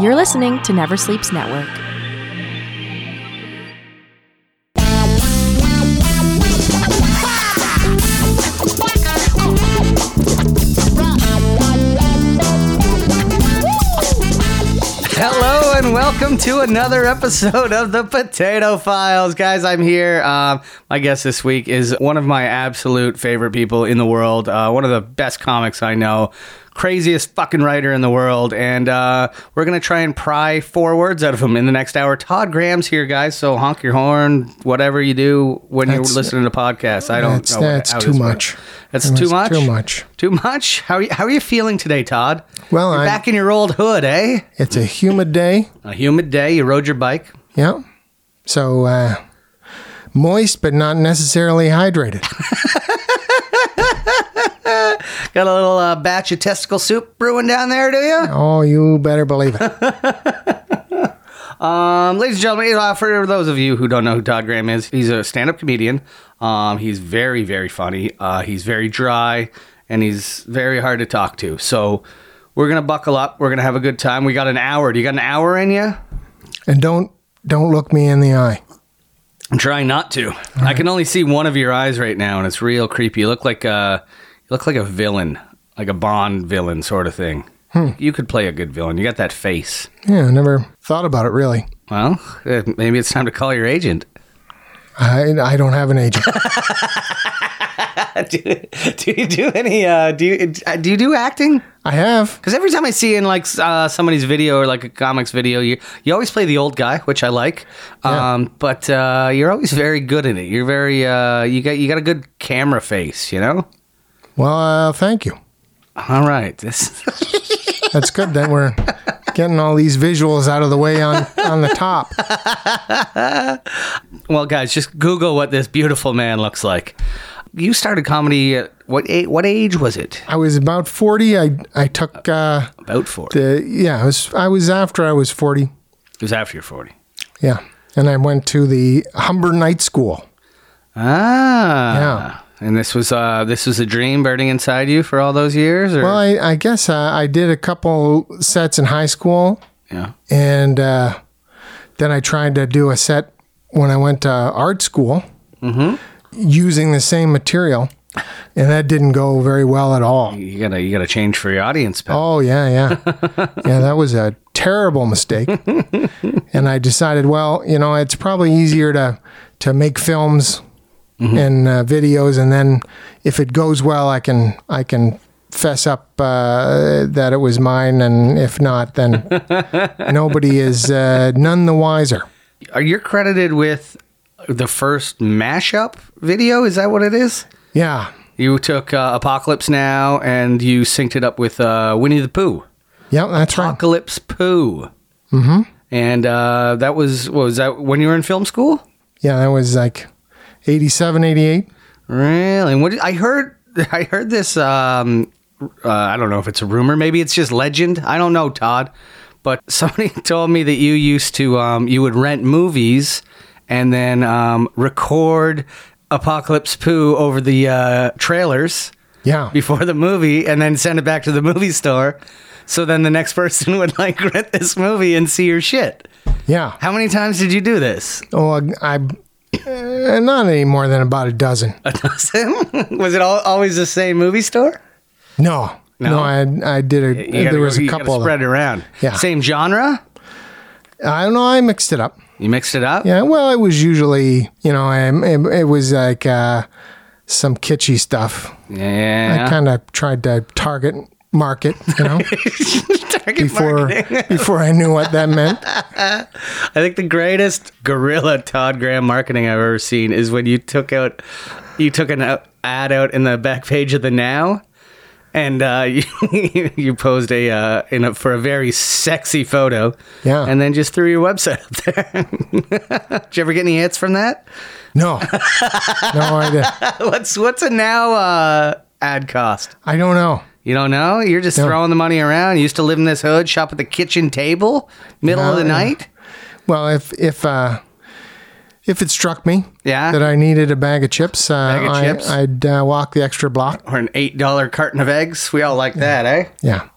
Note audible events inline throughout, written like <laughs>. You're listening to Never Sleeps Network. Hello and welcome to another episode of the Potato Files, guys. I'm here. Um, my guest this week is one of my absolute favorite people in the world. Uh, one of the best comics I know, craziest fucking writer in the world, and uh, we're gonna try and pry four words out of him in the next hour. Todd Graham's here, guys. So honk your horn, whatever you do when That's- you're listening to podcasts. I don't. That's know what- that's how too this much. works. That's That too was much. Too much. Too much. How are you, how are you feeling today, Todd? Well, You're I'm- back in your old hood, eh? It's a humid day. A humid day. You rode your bike. Yeah. So uh, moist, but not necessarily hydrated. Got a little uh, batch of testicle soup brewing down there, do you? Oh, you better believe <laughs> it. Um, ladies and gentlemen, uh, for those of you who don't know who Todd Graham is, he's a stand-up comedian. Um, he's very, very funny. Uh, he's very dry, and he's very hard to talk to. So we're gonna buckle up. We're gonna have a good time. We got an hour. Do you got an hour in you? And don't don't look me in the eye. I'm trying not to. I can only see one of your eyes right now, and it's real creepy. You look like a, you look like a villain, like a Bond villain sort of thing. You could play a good villain. You got that face. Yeah, I never thought about it really. Well, eh, maybe it's time to call your agent. I I don't have an agent. <laughs> do, do you do any? Uh, do you uh, do you do acting? I have. Because every time I see in like s- uh, somebody's video or like a comics video, you you always play the old guy, which I like. Yeah. Um, but uh, you're always very good in it. You're very uh, you got you got a good camera face. You know. Well, uh, thank you. All right. This. <laughs> That's good that we're getting all these visuals out of the way on on the top. Well, guys, just Google what this beautiful man looks like. You started comedy at what age, what age was it? I was about forty. I I took uh, About 40. the yeah. I was I was after I was forty. It was after you're 40. Yeah. And I went to the Humber Night School. Ah. Yeah. And this was uh this was a dream burning inside you for all those years or Well, I, I guess uh, I did a couple sets in high school, yeah. and uh, then I tried to do a set when I went to art school using the same material, and that didn't go very well at all. You gotta you gotta change for your audience. pal. Oh, yeah, yeah. yeah, that was a terrible mistake. and I decided, well, you know, it's probably easier to, to make films and uh, videos. And then if it goes well, I can, I can fess up uh, that it was mine. And if not, then nobody is uh, none the wiser. Are you credited with the first mashup video? Is that what it is? Yeah. You took uh, Apocalypse Now and you synced it up with uh, Winnie the Pooh. Yep, that's right. Apocalypse Pooh. Mm-hmm. And uh, that was what was that when you were in film school? Yeah, that was like 87, 88. Really? And what did- I heard, <laughs> I heard this. Um, uh, I don't know if it's a rumor. Maybe it's just legend. I don't know, Todd. But <laughs> somebody told me that you used to, um, you would rent movies and then um, record Apocalypse Poo over the uh, trailers Yeah. before the movie, and then send it back to the movie store. So then the next <laughs> person would like rent this movie and see your shit. Yeah. How many times did you do this? Oh, I, uh, not any more than about a dozen. A dozen? <laughs> Was it all, always the same movie store? No, No? no, I I did a. You gotta there go- was a you gotta couple. Of spread them. it around. Yeah. Same genre. I don't know. I mixed it up. You mixed it up. Yeah. Well, it was usually you know I, it, it was like uh, some kitschy stuff. I Yeah. kind of tried to target market, you know, <laughs> Target before marketing. before I knew what that meant. I think the greatest gorilla Todd Graham marketing I've ever seen is when you took out, you took an out- ad out in the back page of the Now, and uh, <laughs> you, you posed a uh, in a, for a very sexy photo. Yeah. And then just threw your website up there. <laughs> Did you ever get any hits from that? <laughs> No, no, I did. What's what's a Now uh, ad cost? I don't know. You don't know? You're just throwing the money around. You used to live in this hood, shop at the kitchen table, middle of the Yeah. night. Well, if if uh, if it struck me Yeah. that I needed a bag of chips, uh, of I, chips? I'd uh, walk the extra block. Or an eight dollar carton of eggs. We all like that, eh? <laughs> Yeah.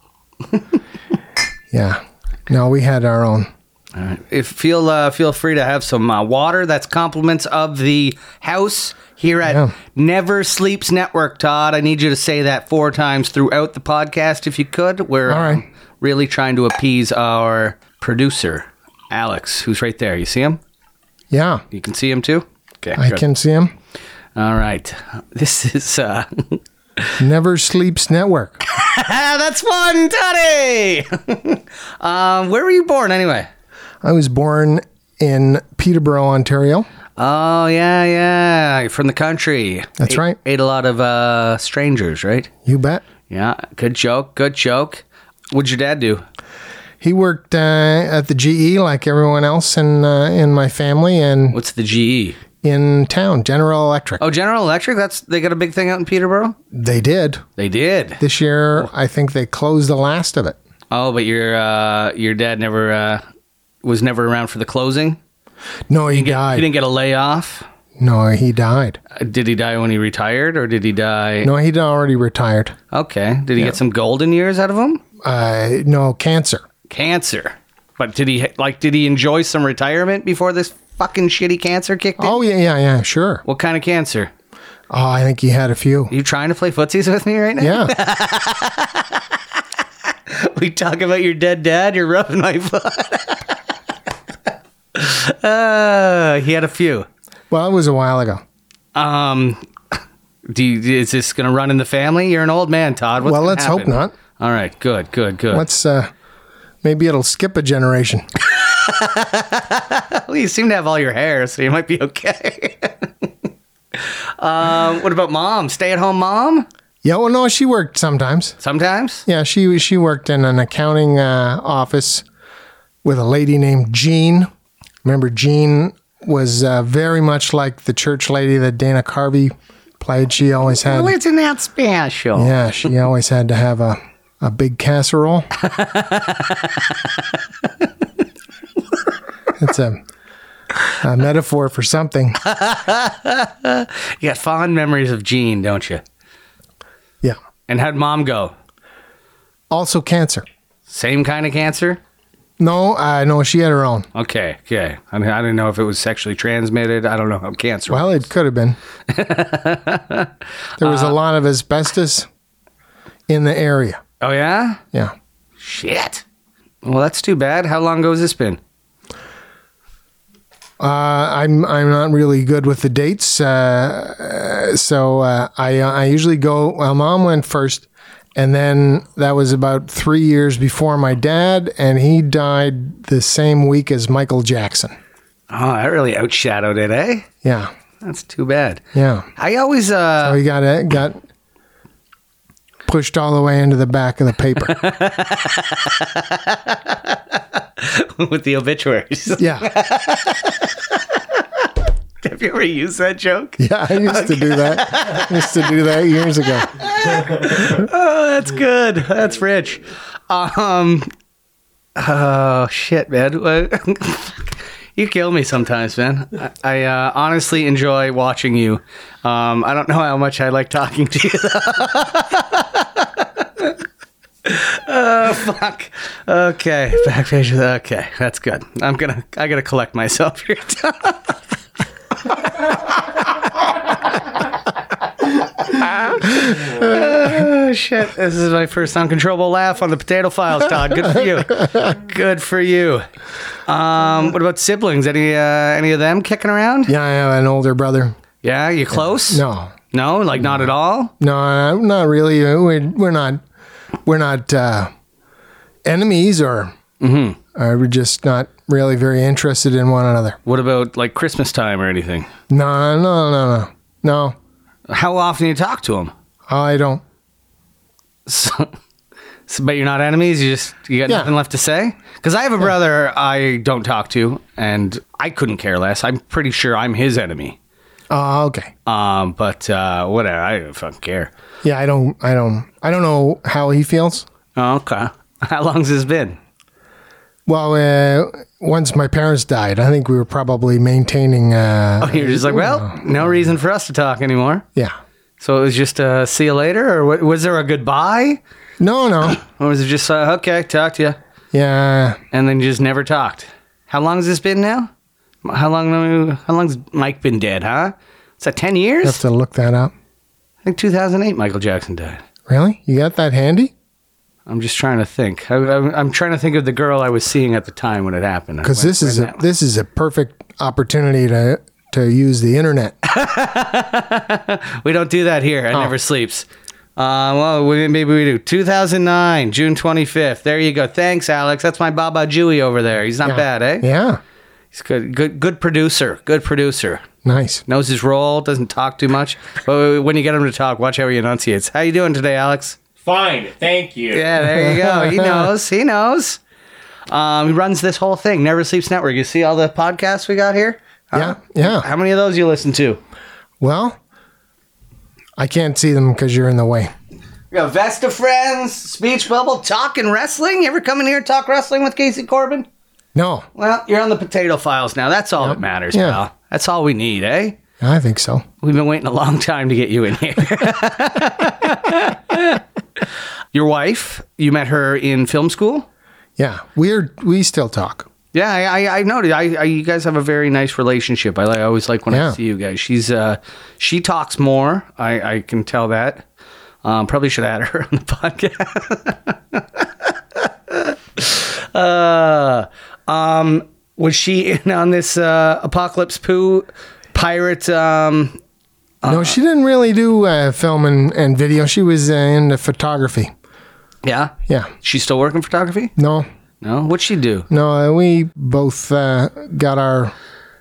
yeah. No, we had our own. All right. If feel uh, feel free to have some uh, water. That's compliments of the house here at Yeah. Never Sleeps Network. Todd, I need you to say that four times throughout the podcast, if you could. We're All right. um, really trying to appease our producer, Alex, who's right there. You see him? Yeah, You can see him too. Okay, I good. can see him. All right. <laughs> This is uh, <laughs> Never Sleeps Network. Ah, that's fun, Toddy. <laughs> um, where were you born anyway? I was born in Peterborough, Ontario. Oh yeah, yeah. You're from the country. That's Ate- right. Ate a lot of uh, strangers, right? You bet. Yeah. Good joke. Good joke. What'd your dad do? He worked uh, at the GE like everyone else in uh, in my family and What's the E? GE? in town, General Electric. Oh, General Electric. That's they got a big thing out in Peterborough. They did. They did. This year, I think they closed the last of it. Oh, but your uh, your dad never uh, was never around for the closing. No, he He died. didn't get a layoff. No, he died. Uh, Did he die when he retired, or did he die? No, he'd already retired. Okay. Did he get some golden years out of him? Uh, no, cancer. Cancer. But did he like? Did he enjoy some retirement before this fucking shitty cancer kicked in? Oh, yeah, yeah, yeah, sure. What kind of cancer? Oh, I think he had a few. Are you trying to play footsies with me right now? Yeah. <laughs> We talk about your dead dad. You're rubbing my butt. <laughs> uh, he had a few. Well, it was a while ago. Um, do you, is this gonna run in the family? You're an old man, Todd. What's Well, gonna let's hope happen? not. All right. Good. Good. Good. Let's, uh, maybe it'll skip a generation. Well, you seem to have all your hair, so you might be okay. <laughs> um, what about mom? Stay at home mom? Yeah, well, no, she worked sometimes. Sometimes? Yeah, she she worked in an accounting uh, office with a lady named Jean. Remember, Jean was uh, very much like the church lady that Dana Carvey played. She always had, isn't that special? yeah, she always had to have a a <laughs> big casserole. it's a, a metaphor for something. You got fond memories of Jean, don't you? Yeah. And how'd mom go? Also, cancer. Same kind of cancer? No, uh, no, she had her own. Okay, okay. I mean, I didn't know if it was sexually transmitted. I don't know how cancer. Well, it could have been. there was a lot of asbestos in the area. Oh, yeah? Yeah. Shit. Well, that's too bad. How long ago has this been? Uh, I'm I'm not really good with the dates, uh, uh, so uh, I I usually go. Well, mom went first, and then that was about three years before my dad, and he died the same week as Michael Jackson. Oh, that really outshadowed it, eh? Yeah, That's too bad. yeah. I always, uh, So he Oh, got it got pushed all the way into the back of the paper. <laughs> with the obituaries. yeah. Have you ever used that joke? Yeah, I used to do that. I used to do that years ago. Oh, that's good. That's rich. Um, oh shit, man. <laughs> you kill me sometimes, man. I, I uh, honestly enjoy watching you. Um, I don't know how much I like talking to you. though. Oh fuck. Okay, back page. Okay, that's good. I'm gonna. I gotta collect myself here. <laughs> Oh shit! This is my first uncontrollable laugh on the Potato Files, Todd. Good for you. Good for you. Um, what about siblings? Any uh, any of them kicking around? Yeah, I have an older brother. Yeah, you close? No, no, like not at all. no, I'm not really. We're, we're not. We're not uh, enemies, or uh, we're just not really very interested in one another. What about like Christmas time or anything? No, no, no, no, no. How often do you talk to them? I don't. So, <laughs> so- but you're not enemies. You just you got Yeah. nothing left to say. Because I have a brother I don't talk to, and I couldn't care less. I'm pretty sure I'm his enemy. Oh, okay. Um, but uh, whatever. I don't fucking care. Yeah, I don't. I don't. I don't know how he feels. Oh, Okay. <laughs> How long's this been? Well, uh, once my parents died, I think we were probably maintaining. Uh, Oh, You're just like, well, no reason for us to talk anymore. Yeah. So it was just uh, see you later, or wa- was there a goodbye, No, no. <coughs> or was it just uh, okay, talk to you? Yeah. and then just never talked. How long has this been now? How long? How long's Mike been dead? Huh? It's that ten You have years? to look that up. I think 2008. Michael Jackson died. Really? You got that handy? I'm just trying to think. I, I'm, I'm trying to think of the girl I was seeing at the time when it happened. Because this is a this is a perfect opportunity to to use <laughs> the internet. we don't do that here. I Oh. never sleeps. Uh, well, we, maybe we do. 2009, June 25th. There you go. Thanks, Alex. That's my Baba Jewy over there. He's not bad, eh? Yeah. He's good. Good. Good producer. Good producer. Nice. Knows his role. Doesn't talk too much. But when you get him to talk, watch how he enunciates. How you doing today, Alex? Fine, thank you. Yeah, there you go. He knows. He knows. Um, he runs this whole thing, Never Sleeps Network. You see all the podcasts we got here? Yeah. Yeah. How many of those you listen to? Well, I can't see them because you're in the way. We got Vesta Friends, Speech Bubble, Talk and Wrestling. You ever come in here and talk wrestling with Casey Corbin? No, Well, you're on the potato files now. That's all that matters, Yeah. pal. That's all we need, eh? I think so. We've been waiting a long time to get you in here. <laughs> Your wife, you met her in film school? Yeah, we're we still talk. Yeah, I, I, I noted. I, I, you guys have a very nice relationship. I, like- I always like when I Yeah. see you guys. She's, uh, she talks more. I, I can tell that. Um, probably should add her <laughs> on the podcast. <laughs> uh, um, was she in on this uh, apocalypse poo pirate? Um, no, she didn't really do uh, film and, and video. She was uh, into photography. yeah, Yeah. She's still working photography? No, No. What'd she do? no, uh, we both uh, got our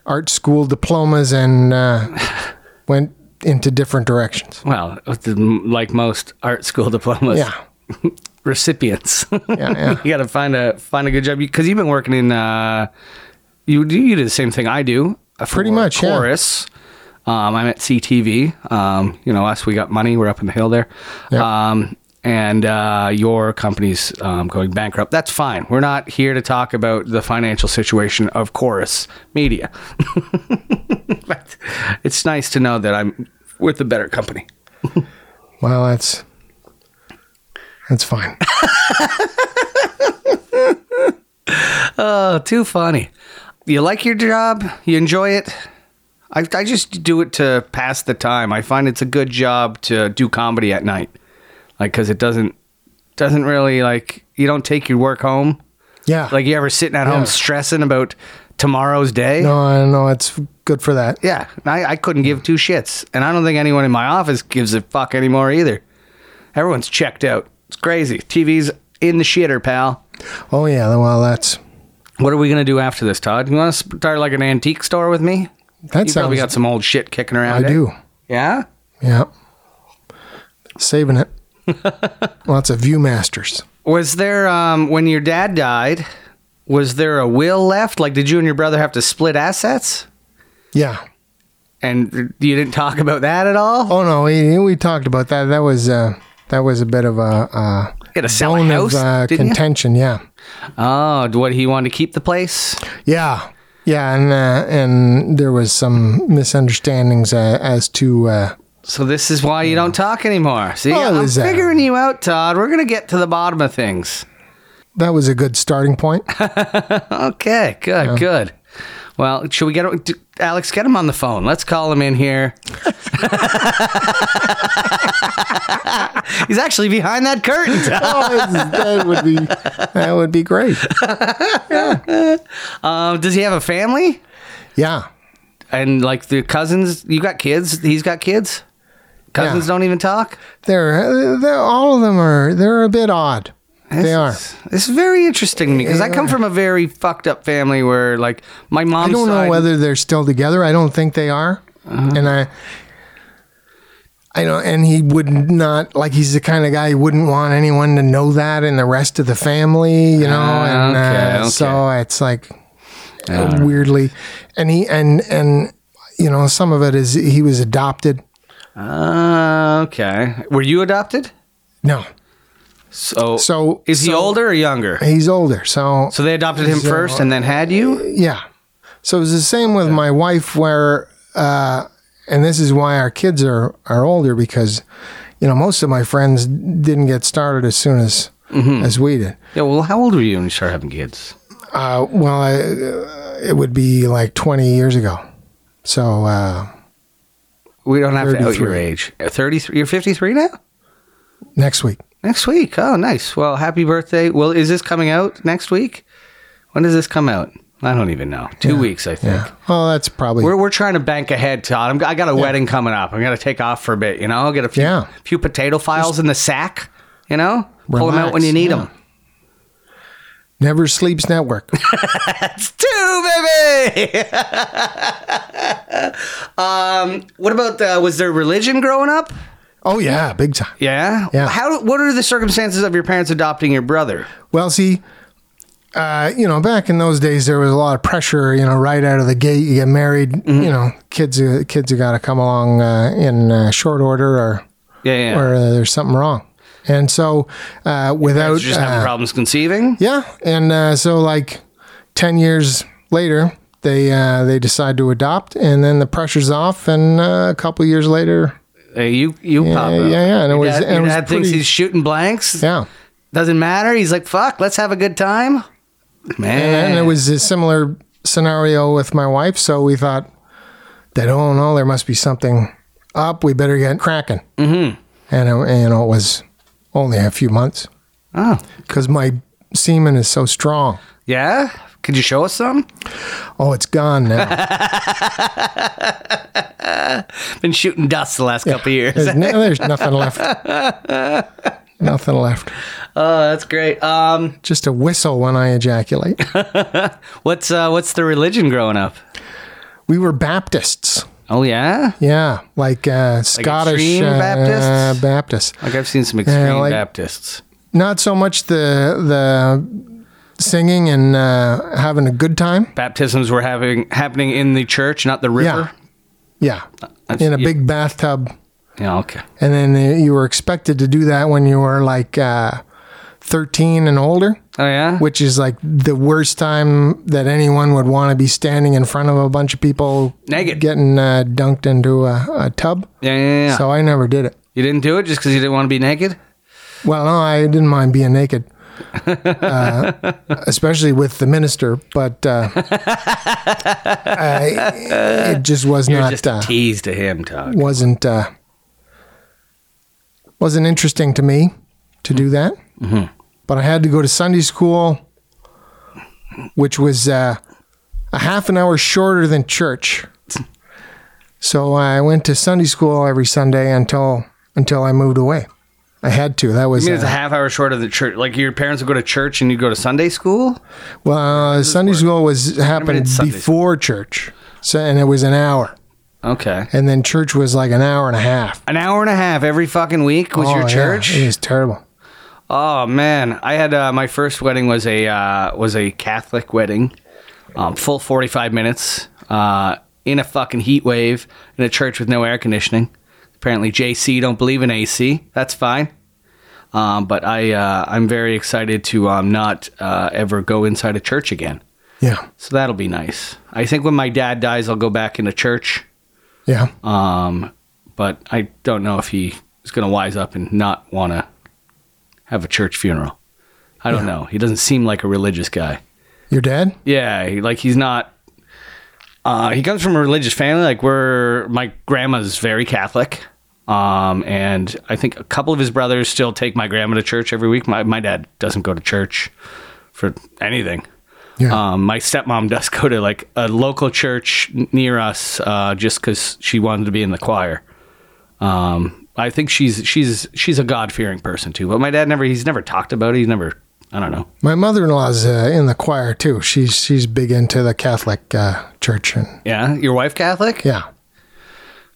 art school diplomas and uh, <laughs> went into different directions. Well, like most art school <laughs> diplomas, Yeah. recipients. <laughs> Yeah. yeah. you got to find a find a good job because you've been working in. Uh, you do you do the same thing I do. uh, for Pretty much, yeah. Chorus. Um, I'm at CTV. Um, you know us. We got money. We're up in the hill there. Yeah. Um, and uh, your company's um, going bankrupt. That's fine. We're not here to talk about the financial situation of Chorus Media. <laughs> but it's nice to know that I'm with a better company. Well, that's <laughs> that's fine. Oh, too funny. You like your job? You enjoy it? I, I just do it to pass the time. I find it's a good job to do comedy at night, like because it doesn't doesn't really like you don't take your work home. Yeah. Like you ever sitting at Yeah. home stressing about tomorrow's day? no, I don't know. It's good for that. Yeah, I, I couldn't give two shits, and I don't think anyone in my office gives a fuck anymore either. Everyone's checked out. It's crazy. TV's in the shitter, pal. Oh yeah. Well, that's What are we gonna do after this, Todd? You want to start like an antique store with me? that You sounds. probably got some old shit kicking I around. eh? do. Yeah. Yeah. <laughs> Saving it. Lots of Viewmasters. Was there um, when your dad died? Was there a will left? Like, did you and your brother have to split assets? Yeah. And you didn't talk about that at all. Oh no, we we talked about that. That was uh, that was a bit of a, uh Gotta sell a bone house, of uh, Oh, didn't you? contention. Yeah. Oh, what he wanted to keep the place. Yeah. Yeah, and uh, and there was some misunderstandings uh, as to uh, So this is why you don't talk anymore. See, Oh, I'm is that- figuring you out, Todd. We're gonna get to the bottom of things. that was a good starting point. <laughs> Okay, good, good. Well, should we get d- Alex? Get him on the phone. Let's call him in <laughs> here. He's actually behind that curtain. Todd. oh, that would be that would be great. Um, does he have a family? Yeah. And like the cousins, you got kids. He's got kids. Cousins Yeah. don't even talk. They're, they're all of them are they're a bit odd. they are. It's very interesting to me because I come Yeah. from a very fucked up family where like my mom's I don't side- know whether they're still together. I don't think they are. Uh-huh. And I, I don't. And he would not like. He's the kind of guy who wouldn't want anyone to know that, and the rest of the family, you know. Ah, and okay, uh, okay. so it's like uh, weirdly, and he and and you know some of it is he was adopted. Ah, okay. Were you adopted? No, So so is he so older or younger? He's older. So So they adopted him So- first and then had you? Yeah. So it was the same with my wife, where, uh, and this is why our kids are, are older because, you know, most of my friends didn't get started as soon as as we did. Yeah, well, how old were you when you started having kids? Uh, well, I, uh, it would be like 20 years ago. So, uh, We don't have to out your 33. age. 33. You're 53 now? next week. Next week. Oh, nice. Well, happy birthday. Well, is this coming out next week? When does this come out? I don't even know. Two weeks, I think. Yeah. Well, that's probably. We're, we're trying to bank ahead, Todd. I'm, I got a wedding coming up. I'm going to take off for a bit, you know? Get a few, Yeah. few potato files in the sack, you know? Pull them out when Relax, you need yeah. them. Never Sleeps Network. That's two, baby. <laughs> um, what about uh, was there religion growing up? oh, yeah, big time. Yeah. Yeah. How? What are the circumstances of your parents adopting your brother? Well, see, uh, you know, back in those days, there was a lot of pressure. You know, right out of the gate, you get married. Mm-hmm. You know, kids, uh, kids have got to come along uh, in uh, short order, or Yeah. yeah. or uh, there's something wrong. And so, uh, without Parents just having uh, problems conceiving. yeah, and uh, so like ten years later, they uh, they decide to adopt, and then the pressure's off, and uh, a couple years later, Uh, you you pop yeah, up. yeah, yeah, and it Your was dad, and your it was dad thinks pretty- he's shooting blanks. yeah. Doesn't matter. He's like, fuck. Let's have a good time. Man, And it was a similar scenario with my wife. So we thought that, oh no, there must be something up. We better get cracking. Mm-hmm. And, it, and, you know, it was only a few months Oh, because my semen is so strong. yeah. Could you show us some? Oh, it's <laughs> gone now. Been shooting dust the last couple years. <laughs> There's, no, there's nothing left. nothing left. Oh, that's great. Um, Just a whistle when I <laughs> ejaculate. What's uh, what's the religion growing up? We were Baptists. Oh yeah, Yeah, like uh, Scottish extreme uh, Baptists? Baptists. like I've seen some extreme like- Baptists. not so much the the singing and uh, having a good time. Baptisms were having happening in the church, not the river. Yeah, That's- in a yeah. big bathtub, Yeah. okay. and then you were expected to do that when you were like uh, thirteen and older, Oh yeah. which is like the worst time that anyone would want to be standing in front of a bunch of people Naked. getting uh, dunked into a, a tub. yeah, yeah, yeah. So I never did it. you didn't do it just because you didn't want to be naked. Well, no, I didn't mind being naked, uh, especially with the minister, but uh, I, it just was You're not just uh, a tease to him, Todd. wasn't uh, wasn't interesting to me to do that. Mm-hmm. But I had to go to Sunday school, which was uh, a half an hour shorter than church. So I went to Sunday school every Sunday until until I moved away. I had to. That I was mean, it's uh, a half hour short of the church. Like your parents would go to church and you go to Sunday school. Well, uh, Sunday school was happened it's Sunday before church, so and it was an hour, Okay. and then church was like an hour and a half. An hour and a half every fucking week was Oh, your yeah, church. it was terrible. Oh man, I had uh, my first wedding was a uh, was a Catholic wedding, um, full forty five minutes uh, in a fucking heat wave in a church with no air conditioning. Apparently, JC don't believe in AC. That's fine, um, but I uh, I'm very excited to um, not uh, ever go inside a church again. Yeah, So that'll be nice. I think when my dad dies, I'll go back into church. yeah. Um, but I don't know if he is going to wise up and not want to have a church funeral. I don't know. He doesn't seem like a religious guy. Your dad? Yeah, he, like he's not. Uh, he comes from a religious family. Like we're my grandma's very Catholic, um, and I think a couple of his brothers still take my grandma to church every week. My my dad doesn't go to church for anything. Yeah, Um, my stepmom does go to like a local church n- near us, uh, just because she wanted to be in the choir. Um, I think she's she's she's a God fearing person too. But my dad never he's never talked about it. He's never I don't know. my mother-in-law's uh, in the choir too. She's she's big into the Catholic uh, church, and Yeah, your wife Catholic? yeah,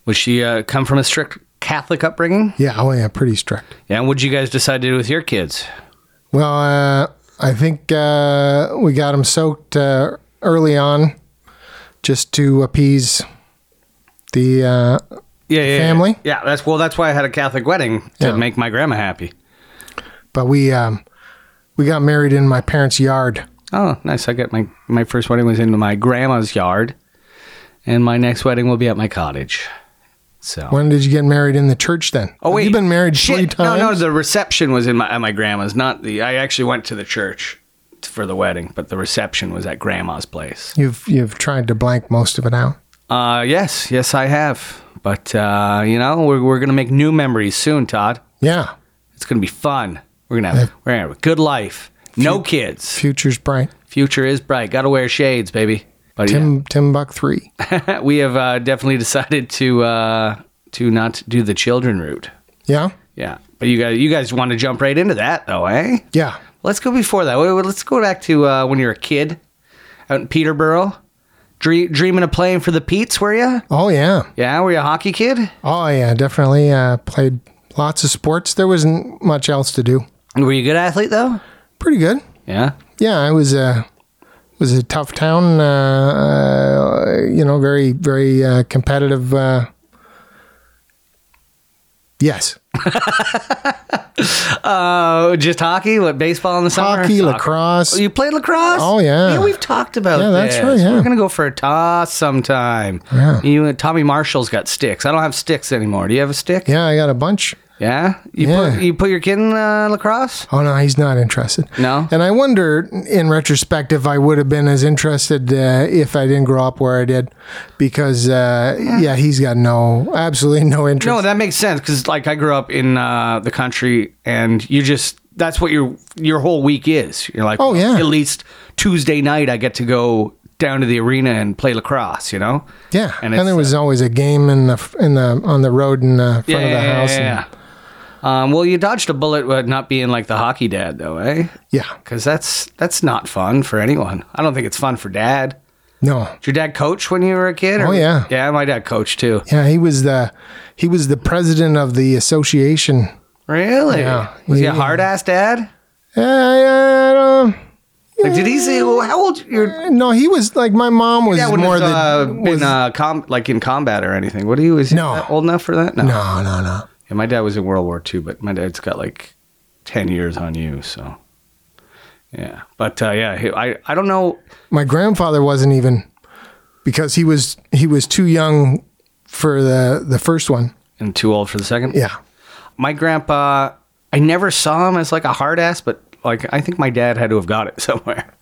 Was she uh, come from a strict Catholic upbringing? yeah, oh yeah, pretty strict. Yeah. And what would you guys decide to do with your kids? Well, uh, I think uh, we got him soaked uh, early on, just to appease the. Uh, Yeah, yeah, yeah. Family? Yeah, that's well. That's why I had a Catholic wedding to Yeah. make my grandma happy. but we um, we got married in my parents' yard. Oh, nice. I got my my first wedding was in my grandma's yard, and my next wedding will be at my cottage So. When did you get married in the church then? Oh wait, You've been married Shit. three times? No, no, the reception was in my at my grandma's. Not the. I actually went to the church for the wedding, but the reception was at grandma's place. You've, you've tried to blank most of it out. Uh, yes, yes, I have. But uh, you know, we're we're gonna make new memories soon, Todd. Yeah. It's gonna be fun. We're gonna have we're gonna have a good life. No kids. Future's bright. Future is bright. Got to wear shades, baby. But Tim, Tim Buck 3. yeah, we have uh, definitely <laughs> decided to uh, to not do the children route. Yeah? Yeah, but you guys you guys want to jump right into that though, eh? Yeah. Let's go before that. Wait, wait, Let's go back to uh, when you were a kid out in Peterborough. Dream, dreaming of playing for the Peets, were you? Oh, yeah. Yeah, were you a hockey kid? Oh, yeah. Definitely uh, played lots of sports. There wasn't much else to do. Were you a good athlete, though? Pretty good. Yeah. Yeah, I was a was a tough town. Uh, uh, you know, very very uh, competitive. Uh, yes, Oh, just hockey? What, baseball in the summer? Oh, hockey, lacrosse. You played lacrosse? Oh, yeah. Yeah, we've talked about Yeah, that's this. right, yeah. We're going to go for a toss sometime. Yeah. You and Tommy Marshall's got sticks. I don't have sticks anymore. Do you have a stick? yeah, I got a bunch. Yeah? You, Yeah. Put, you put your kid in uh, lacrosse? Oh no, he's not interested. No? and I wonder, in retrospect, if I would have been as interested uh, if I didn't grow up where I did, because uh, yeah. he's got no, absolutely no interest. No, that makes sense because like I grew up in uh, the country, and you just that's what your your whole week is. You're like, Oh, yeah. At least Tuesday night, I get to go down to the arena and play lacrosse. You know? yeah, and and, it's, uh, there was always a game in the f- in the on the road in the front Yeah, of the yeah, house. yeah, and- yeah. Um, well, you dodged a bullet, but not being like the hockey dad, though, eh? yeah. Because that's that's not fun for anyone. I don't think it's fun for dad. No, Did your dad coach when you were a kid? Oh, yeah. yeah. My dad coached too. Yeah, he was the he was the president of the association. Really? Yeah. Was he a Yeah. hard ass dad? Uh, uh, Like, did he say, well, "How old your no, he was like my mom was Yeah, wouldn't more have than uh, been uh, com- like in combat or anything. What do you was he No. not old enough for that? No. no, no, no. Yeah, my dad was in World War II, but my dad's got like ten years on you, so yeah. But uh, yeah, he- I I don't know. My grandfather wasn't even because he was he was too young for the the first one. And too old for the second. Yeah, My grandpa, I never saw him as like a hard ass, but like I think my dad had to have got it <laughs> somewhere.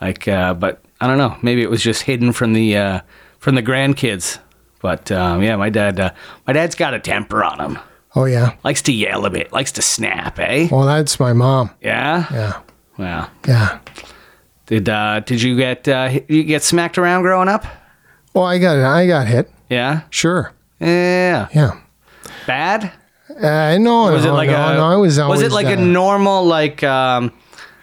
Like, uh, but I don't know. Maybe it was just hidden from the uh, from the grandkids. But um, yeah, my dad, uh, my dad's got a temper on him. oh yeah. Likes to yell a bit. Likes to snap, eh? Well, that's my mom. Yeah. Yeah, Wow. yeah. Did uh, did you get uh, hit- you get smacked around growing up? Well, I got I got hit. Yeah. Sure. Yeah. Yeah. Bad? Uh, no, Was no, it like no, a no. I was always it like uh, a normal like um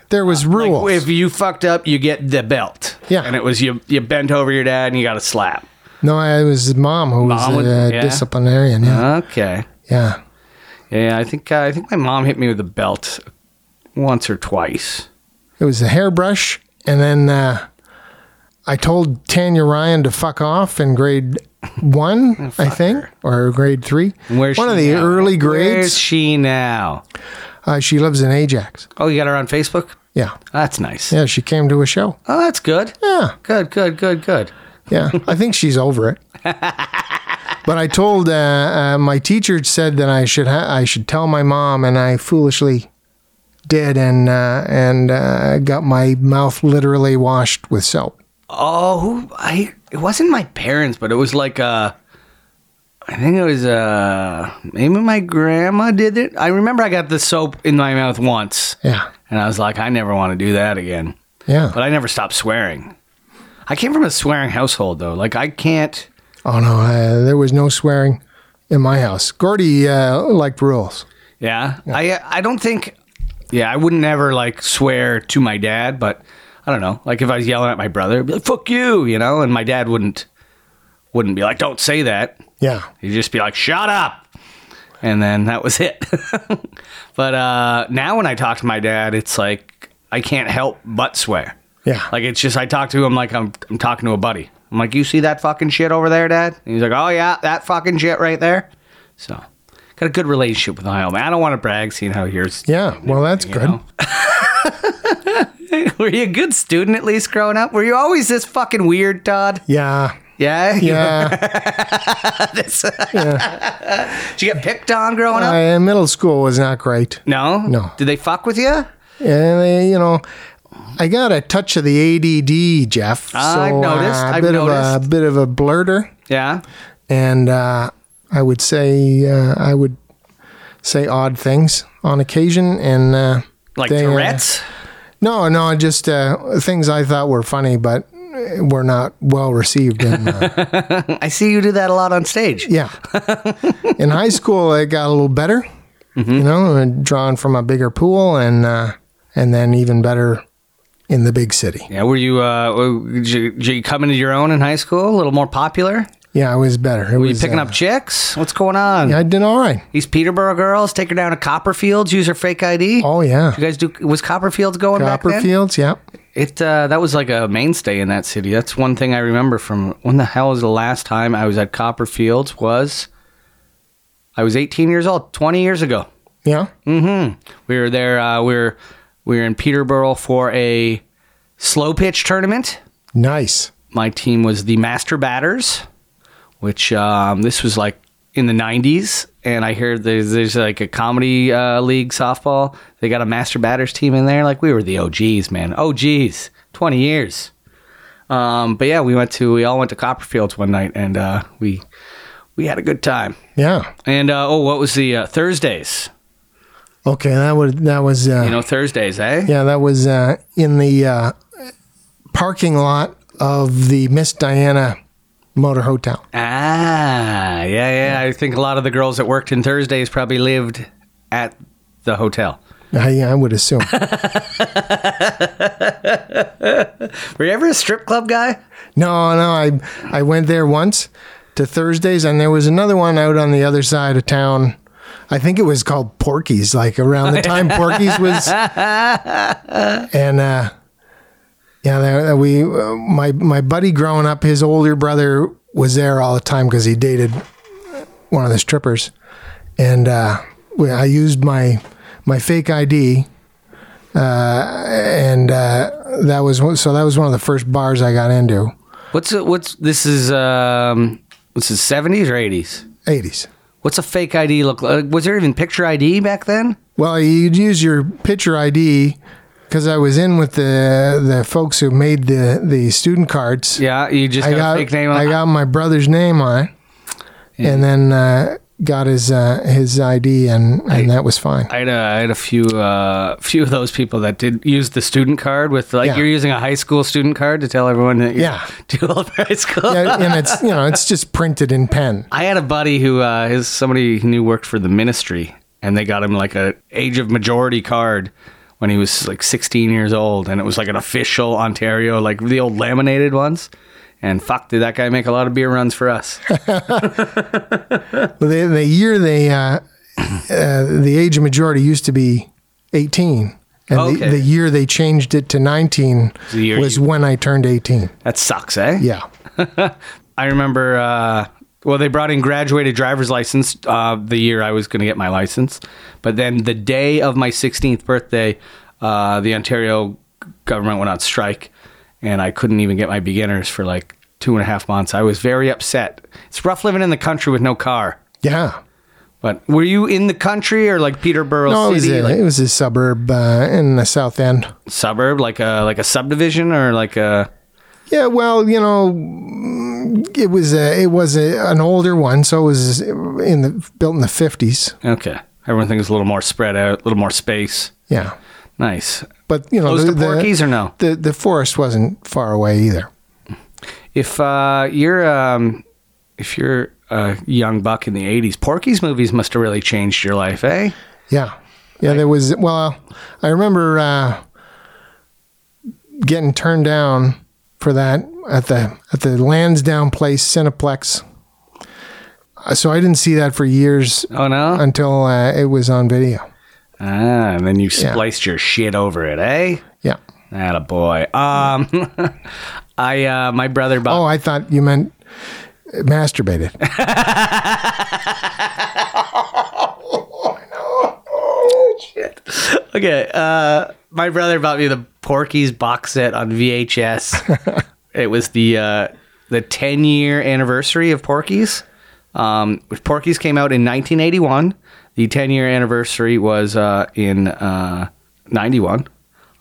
there was like, rules. if you fucked up you get the belt. Yeah. And it was you you bent over your dad and you got a slap. no, I it was mom who was Mom would- a yeah. Uh-huh. disciplinarian. Yeah, Okay. yeah. Yeah, I think uh, I think my mom hit me with a belt once or twice. It was a hairbrush, and then uh, I told Tanya Ryan to fuck off in grade one, I think, or grade three. Where's one she of the now? early Where's grades. she now? uh, she lives in Ajax. Oh, you got her on Facebook? Yeah, That's nice. yeah. She came to a show. Oh, that's good. Yeah, Good, good, good, good. yeah. I think she's over <laughs> it. But I told uh, uh, my teacher said that I should ha- I should tell my mom, and I foolishly did, and uh, and uh, got my mouth literally washed with soap. Oh, who I it wasn't my parents, but it was like uh I think it was uh maybe my grandma did it. I remember I got the soap in my mouth once Yeah, and I was like I never want to do that again. yeah. But I never stopped swearing. I came from a swearing household though. Like I can't Oh no, uh, there was no swearing in my house. Gordy uh, liked rules. yeah, I I don't think yeah, I wouldn't ever like swear to my dad, but I don't know. Like if I was yelling at my brother, I'd be like fuck you, you know, and my dad wouldn't wouldn't be like don't say that. Yeah, He'd just be like, "Shut up," and then that was it. <laughs> but uh, now, when I talk to my dad, it's like I can't help but swear. yeah, Like it's just I talk to him like I'm I'm talking to a buddy. I'm like, "You see that fucking shit over there, Dad?" And he's like, "Oh yeah, that fucking shit right there." So, got a good relationship with my home. I don't want to brag, seeing how yours. yeah. Well, that's good. know. <laughs> Were you a good student at least growing up? Were you always this fucking weird, Todd? Yeah, Yeah, <laughs> <laughs> Yeah, This- <laughs> Did you get picked on growing up? I, middle school was not great. No, No. Did they fuck with you? And they, you know, I got a touch of the ADD, Jeff. I've so, noticed, Uh, a I've bit of a noticed. bit of a blurter, Yeah. and uh, I would say uh, I would say odd things on occasion, and uh, Like they, uh, Tourette's? no, no, just uh, things I thought were funny, but uh, were not well received. <laughs> In, uh, I see you do that a lot on stage. yeah, in high school it got a little better. Mm-hmm. You know, and drawn from a bigger pool, and uh, and then even better in the big city. Yeah, were you, uh, were- did you, did you come into your own in high school? A little more popular? Yeah, it was better. It Were you was, picking uh, up chicks? What's going on? I did all right. These Peterborough girls, take her down to Copperfields, use her fake ID. Oh You yeah, guys do, was Copperfields going back then? Copperfields. Yeah, It, uh, that was like a mainstay in that city. That's one thing I remember from, when the hell was the last time I was at Copperfields was, I was 18 years old, 20 years ago. yeah. hmm We were there. Uh, we were we were in Peterborough for a slow pitch tournament. Nice. My team was the Master Batters, which um, this was like in the '90s. And I heard there's, there's like a comedy uh, league softball. They got a Master Batters team in there. Like we were the OGs, man. OGs, 20 years. Um, but yeah, we went to we all went to Copperfields one night, and uh, we we had a good time. Yeah. And uh, oh, what was the uh, Thursdays? Okay, that would that was uh, You know Thursdays, eh? yeah that was uh, in the uh, parking lot of the Miss Diana Motor Hotel. Ah, yeah, yeah. I think a lot of the girls that worked in Thursdays probably lived at the hotel. I, I would assume. Were you ever a strip club guy? no, no, I I went there once to Thursdays, and there was another one out on the other side of town. I think it was called Porky's, like around the time Porky's was, and uh, yeah, there, we uh, my my buddy growing up, his older brother was there all the time because he dated one of the strippers, and uh, we, I used my my fake ID, uh, and uh, that was one- so that was one of the first bars I got into, What's a, what's this is um this is seventies or eighties? eighties. What's a fake ID look like? Was there even picture ID back then? Well, you'd use your picture ID because I was in with the the folks who made the the student cards. Yeah, you just I got, got a fake name. I on- got my brother's name on it, and then uh, got his uh, his ID, and and that was fine. I had a, I had a few uh, few of those people that did use the student card with like Yeah. you're using a high school student card to tell everyone that you're <laughs> Yeah. too old for high school. yeah, and it's you know it's just printed in pen. I had a buddy who uh, his somebody he knew worked for the ministry, and they got him like a age of majority card when he was like 16 years old, and it was like an official Ontario, like the old laminated ones. And fuck, did that guy make a lot of beer runs for us? But the, the year they uh, uh, the age of majority used to be eighteen. And Okay. the, the year they changed it to 19 The year was you- when I turned 18. That sucks, eh? Yeah. I remember. Uh, well, they brought in graduated driver's license uh, the year I was going to get my license, but then the day of my 16th birthday, uh, the Ontario government went on strike, and I couldn't even get my beginners for like two and a half months. I was very upset. It's rough living in the country with no car. Yeah. But were you in the country or like Peterborough No, it was, City, a, like it was a suburb uh, in the South End. suburb, like a like a subdivision or like a Yeah, well, you know, mm, it was a, it was a, an older one, so it was in the built in the fifties. okay? Everyone thinks a little more spread out, a little more space. Yeah, Nice. but you know, Close Oh, the, to the- Porky's or no? The the forest wasn't far away either. If uh, you're um, if you're a young buck in the '80s, Porky's movies must have really changed your life, eh? Yeah, yeah, there was. Well, I remember uh, getting turned down for that at the at the Lansdowne Place Cineplex. Uh, So I didn't see that for years Oh no! until uh, it was on video. ah, and then you spliced your shit over it, eh? Yeah. That a boy. Um, <laughs> I uh, my brother bought. Oh, I thought you meant masturbated. Okay, uh, my brother bought me the Porky's box set on VHS. it was the uh, the 10 year anniversary of Porky's. Um, Porky's came out in 1981. The 10 year anniversary was uh, in uh, 91.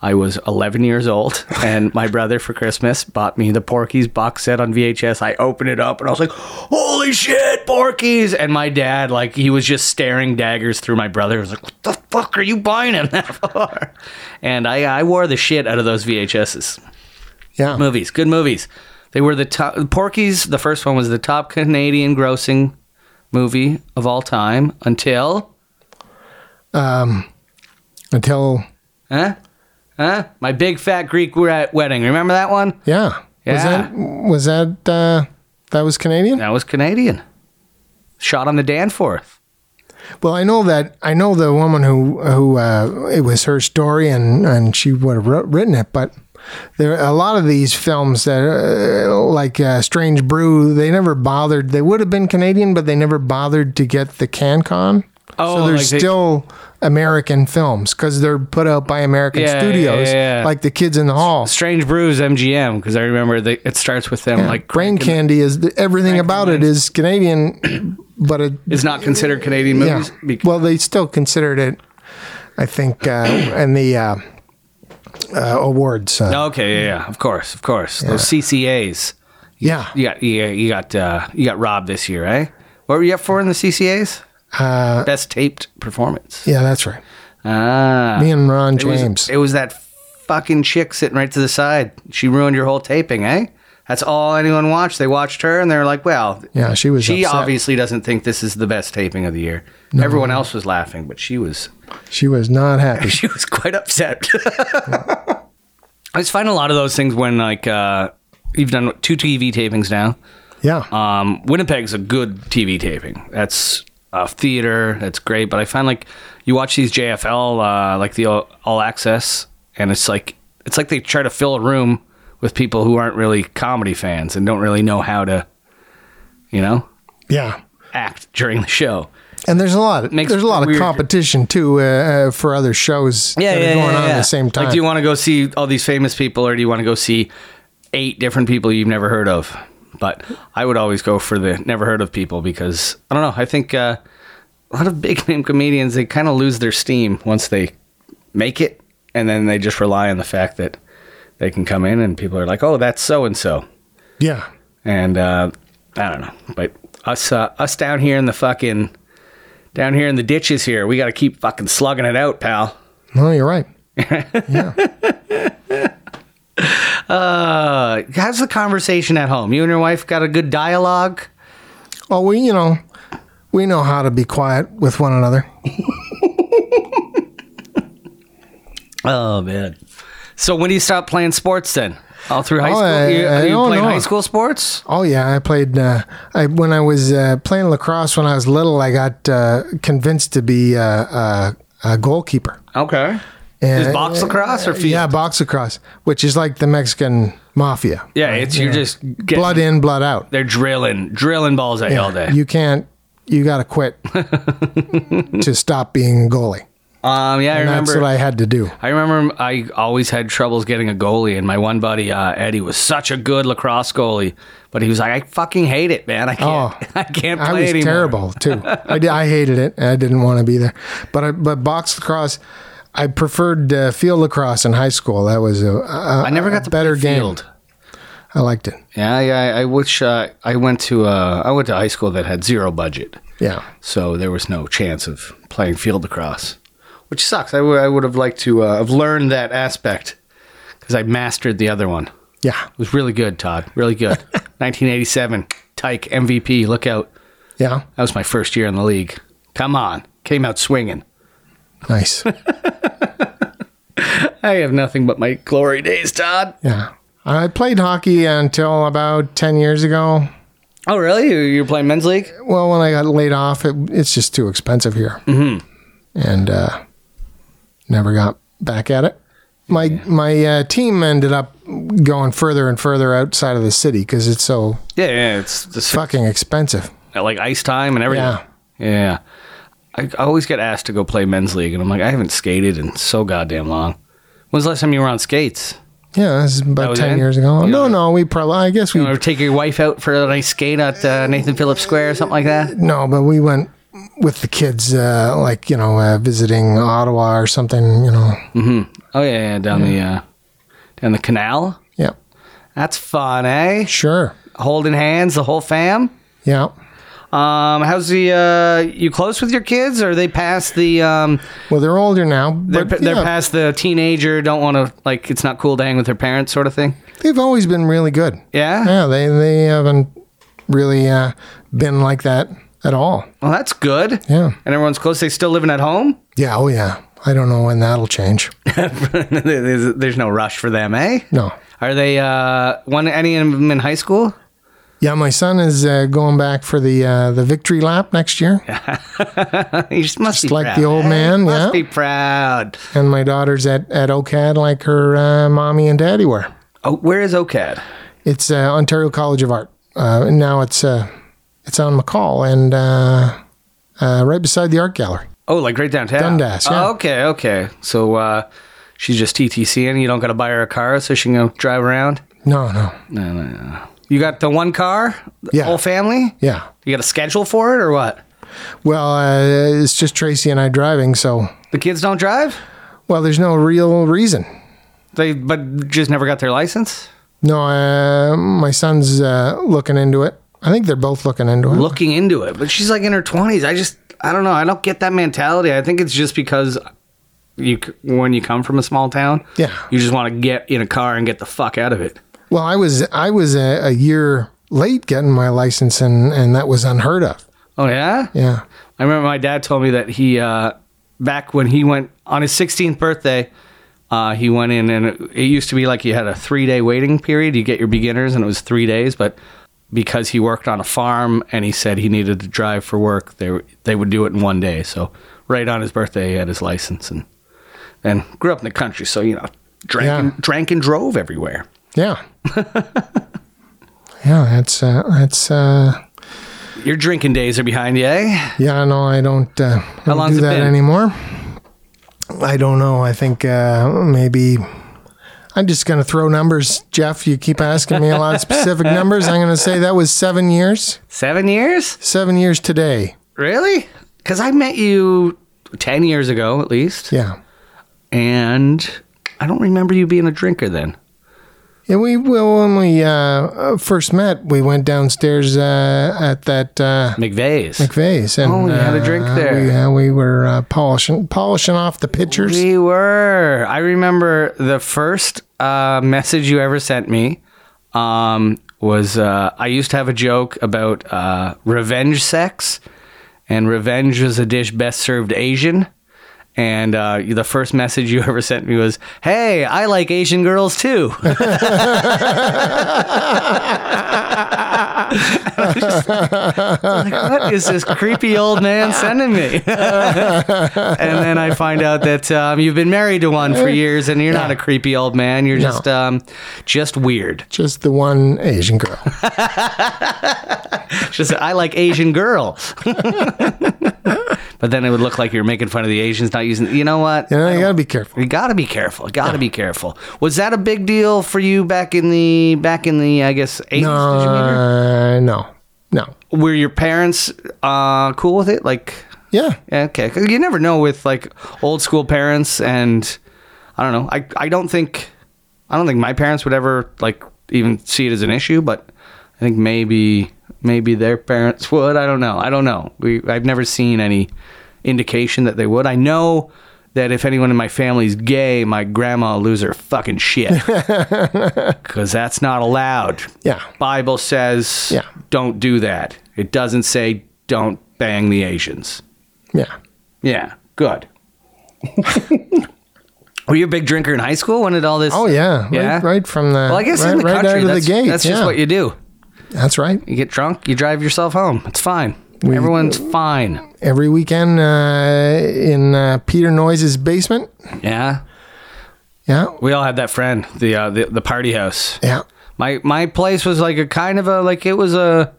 I was 11 years old, and my brother for Christmas bought me the Porky's box set on VHS. I opened it up, and I was like, "Holy shit, Porky's!" And my dad, like, he was just staring daggers through my brother. He was like, "What the fuck are you buying him that <laughs> for?" And I, I wore the shit out of those VHSs Yeah. movies. Good movies. They were the top. Porky's. The first one was the top Canadian grossing movie of all time until, Um, Until huh, huh? My big fat Greek Wed- wedding. Remember that one? yeah. Yeah. Was that was that uh that was Canadian? That was Canadian. Shot on the Danforth. Well, I know that I know the woman who who uh, it was her story, and and she would have wrote, written it. But there a lot of these films that uh, like uh, Strange Brew, they never bothered. They would have been Canadian, but they never bothered to get the CanCon. Oh, so like they're they- still American films because they're put out by American Yeah, yeah, studios, yeah, yeah. like the Kids in the Hall. Strange Brews MGM because I remember they, it starts with them like Brain cranking- Candy is the, everything about it is Canadian, but it is not considered Canadian movies. Yeah. bec- Well, they still considered it, I think, uh, <coughs> in the uh, uh, awards. Uh, okay, yeah, yeah, of course, of course. Those CCAs. Yeah. You got you got you got, uh, you got robbed this year, eh? What were you up for in the CCAs? Uh, Best taped performance. Yeah, that's right. Ah, Me and Ron it was, James. It was that fucking chick sitting right to the side. She ruined your whole taping, eh? That's all anyone watched. They watched her and they were like, "Well, yeah, she was she upset. obviously doesn't think this is the best taping of the year." Everyone else was laughing, but she was <laughs> She was not happy. she was quite upset. <laughs> I just find a lot of those things when like uh, you've done two TV tapings now. Yeah. Um, Winnipeg's a good TV taping. That's uh, theater. That's great. But I find like you watch these JFL, uh, like the all, all Access, and it's like it's like they try to fill a room with people who aren't really comedy fans and don't really know how to, you know, yeah. act during the show. And there's a lot. makes There's a lot of weird- competition too uh, uh, for other shows that are going on at the same time. Like, do you want to go see all these famous people, or do you want to go see eight different people you've never heard of? But I would always go for the never heard of people because I don't know. I think uh, a lot of big <laughs> name comedians they kind of lose their steam once they make it, and then they just rely on the fact that they can come in and people are like, "Oh, that's so and so," yeah. and uh, I don't know. But us, uh, us down here in the fucking down here in the ditches here, we got to keep fucking slugging it out, pal. No, you're right. yeah. Uh, how's the conversation at home? You and your wife got a good dialogue? Oh, we you know we know how to be quiet with one another. Oh man. So when do you stop playing sports then? All through high Oh, school? I- you, I you don't played know. high school sports? Oh yeah, I played. Uh, I when I was uh, playing lacrosse when I was little, I got uh, convinced to be uh, uh, a goalkeeper. Okay. And, uh, Is box lacrosse or field? Yeah, box lacrosse, which is like the Mexican mafia. Yeah, it's you're just getting, blood in, blood out. They're drilling, drilling balls at you all day. You can't. You got <laughs> to quit to stop being a goalie. um, yeah, I That's remember. what I had to do. I remember I always had troubles getting a goalie, and my one buddy uh, Eddie was such a good lacrosse goalie, but he was like, "I fucking hate it, man. I can't, Oh. <laughs> I can't play I was anymore." terrible too. I, did, I hated it. and I didn't want to be there. But I, but box lacrosse, I preferred uh, field lacrosse in high school. That was a, a I never got a to Uh, better play game. field. I liked it. Yeah, yeah. I, I wish uh, I went to uh, I went to high school that had zero budget, Yeah, so there was no chance of playing field lacrosse, which sucks. I would have liked to uh, have learned that aspect because I mastered the other one. It yeah, was really good, Todd. Really <laughs> good. 1987 Tyke MVP. Look out! yeah. That was my first year in the league. Come on, came out swinging. <laughs> Nice. I have nothing but my glory days, Todd. yeah, I played hockey until about ten years ago. Oh, really? You- You're playing men's league? Well, when I got laid off, it, it's just too expensive here, mm-hmm. and uh, never got back at it. My my uh, team ended up going further and further outside of the city because it's so Yeah, yeah. It's the fucking expensive. at, like ice time and everything. Yeah. Yeah. I I always get asked to go play men's league, and I'm like, I haven't skated in so goddamn long. When's the last time you were on skates? Yeah, this is That about was ten it? years ago. No, no, we probably. I guess we. Or take your wife out for a nice skate at uh, Nathan Phillips Square or something like that. No, but we went with the kids, uh, like you know, uh, visiting Ottawa or something. You know, Oh yeah, yeah down the uh, down the canal. yeah, That's fun, eh? sure, Holding hands, the whole fam. yeah. Um, how's the uh, you close with your kids? Or are they past the um, Well, they're older now, they're, but they're yeah, past the teenager? Don't want to like it's not cool to hang with their parents, sort of thing. they've always been really good. Yeah. Yeah, they they haven't really uh, been like that at all. Well, that's good. Yeah, And everyone's close. They still living at home. yeah, oh yeah. I don't know when that'll change. there's, there's no rush for them, eh? No. Are they uh, one any of them in high school? <laughs> Yeah, my son is uh, going back for the uh, the victory lap next year, you just must just be like proud. the old man. Must Yeah, be proud. and my daughter's at at OCAD like her uh, mommy and daddy were. Oh, where is OCAD? It's uh, Ontario College of Art. Uh, and now it's uh, it's on McCall and uh, uh, right beside the art gallery. Oh, like right downtown. Dundas, yeah. Oh, okay, okay. So uh, she's just TTC, and you don't got to buy her a car, so she can go drive around. No, no, No, no, no. You got the one car, the Yeah. whole family. yeah. You got a schedule for it or what? Well, uh, it's just Tracy and I driving, so The kids don't drive. well, there's no real reason. They but just never got their license. No, uh, my son's uh, looking into it. I think they're both looking into it. Looking into it, but she's like in her twenties. I just I don't know. I don't get that mentality. I think it's just because you c- when you come from a small town, Yeah. you just want to get in a car and get the fuck out of it. Well, I was I was uh, a, a year late getting my license, and and that was unheard of. Oh yeah. Yeah, I remember my dad told me that he uh, back when he went on his 16th birthday, uh, he went in and it, it used to be like you had a three day waiting period. You get your beginners and it was three days, but because he worked on a farm and he said he needed to drive for work, they were- they would do it in one day. So right on his birthday, he had his license and and grew up in the country. So you know, drank Yeah. and, drank and drove everywhere. yeah, <laughs> yeah. That's uh, that's uh, Your drinking days are behind you, eh? yeah. No, I don't, uh, I don't long's do it that been? anymore. I don't know. I think uh, maybe I'm just going to throw numbers, Jeff. You keep asking me <laughs> a lot of specific numbers. I'm going to say that was seven years. Seven years, Seven years today. really? Because I met you ten years ago, at least. Yeah. and I don't remember you being a drinker then. Yeah, we well when we uh, uh, first met, we went downstairs uh, at that uh, McVeigh's. McVeigh's and Oh, you had a uh, drink there. We, uh, we were uh, polishing polishing off the pictures. we were. I remember the first uh, message you ever sent me um, was uh, I used to have a joke about uh, revenge sex, and revenge was a dish best served Asian. And uh, the first message you <laughs> ever sent me was, "Hey, I like Asian girls too." <laughs> like, what is this creepy old man sending me? <laughs> and then I find out that um, you've been married to one for years, and you're not a creepy old man. You're just um, just weird. Just the one <laughs> Asian girl. Just I like Asian girl. <laughs> but then it would look like you're making fun of the Asians not using. You know what? You know, you gotta be careful. You got to be careful. Got to be careful. Was that a big deal for you back in the back in the I guess 80s? Did you meet her? Uh, no, no. Were your parents uh, cool with it? Like Yeah, Yeah, okay. 'Cause you never know with like old school parents, and I don't know. I I don't think I don't think my parents would ever like even see it as an issue, but I think maybe maybe their parents would. I don't know. I don't know. We I've never seen any indication that they would. I know that if anyone in my family's gay, my grandma will lose her fucking <laughs> shit because that's not allowed. Yeah. Bible says Yeah. don't do that. It doesn't say don't bang the Asians. yeah. Yeah, <laughs> good. Were you a big drinker in high school? When did all this? Oh yeah, Yeah? Right, right from the Well, I guess right, in the right country, out of that's, the gate. that's just yeah. what you do. That's right. You get drunk, you drive yourself home. It's fine. Everyone's fine. Every weekend uh, in uh, Peter Noise's basement. Yeah, Yeah, we all had that friend, the uh, the, the party house. yeah. My my place was like a kind of a like it was a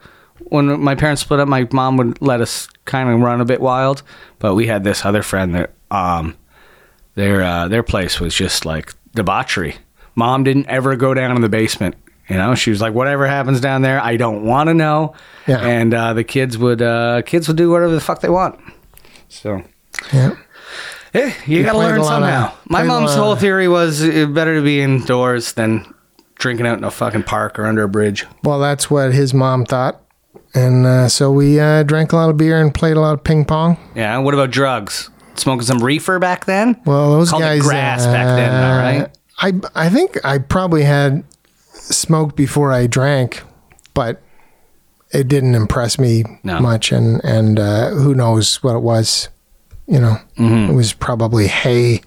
when my parents split up, my mom would let us kind of run a bit wild, but we had this other friend that um their uh, their place was just like debauchery. Mom didn't ever go down in the basement. You know, she was like, "Whatever happens down there, I don't want to know." Yeah. And uh, the kids would uh, kids would do whatever the fuck they want. So Yeah. Eh, you, gotta played learn a lot of- somehow. My played a mom's lot of- whole theory was it better to be indoors than drinking out in a fucking park or under a bridge. Well, that's what his mom thought. And uh, so we uh, drank a lot of beer and played a lot of ping pong. Yeah. What about drugs? Smoking some reefer back then? Well, those Called it guys uh, grass back then, all right? <laughs> I I think I probably had smoked before I drank, but it didn't impress me No. much. And and uh, who knows what it was? You know, it was probably hay.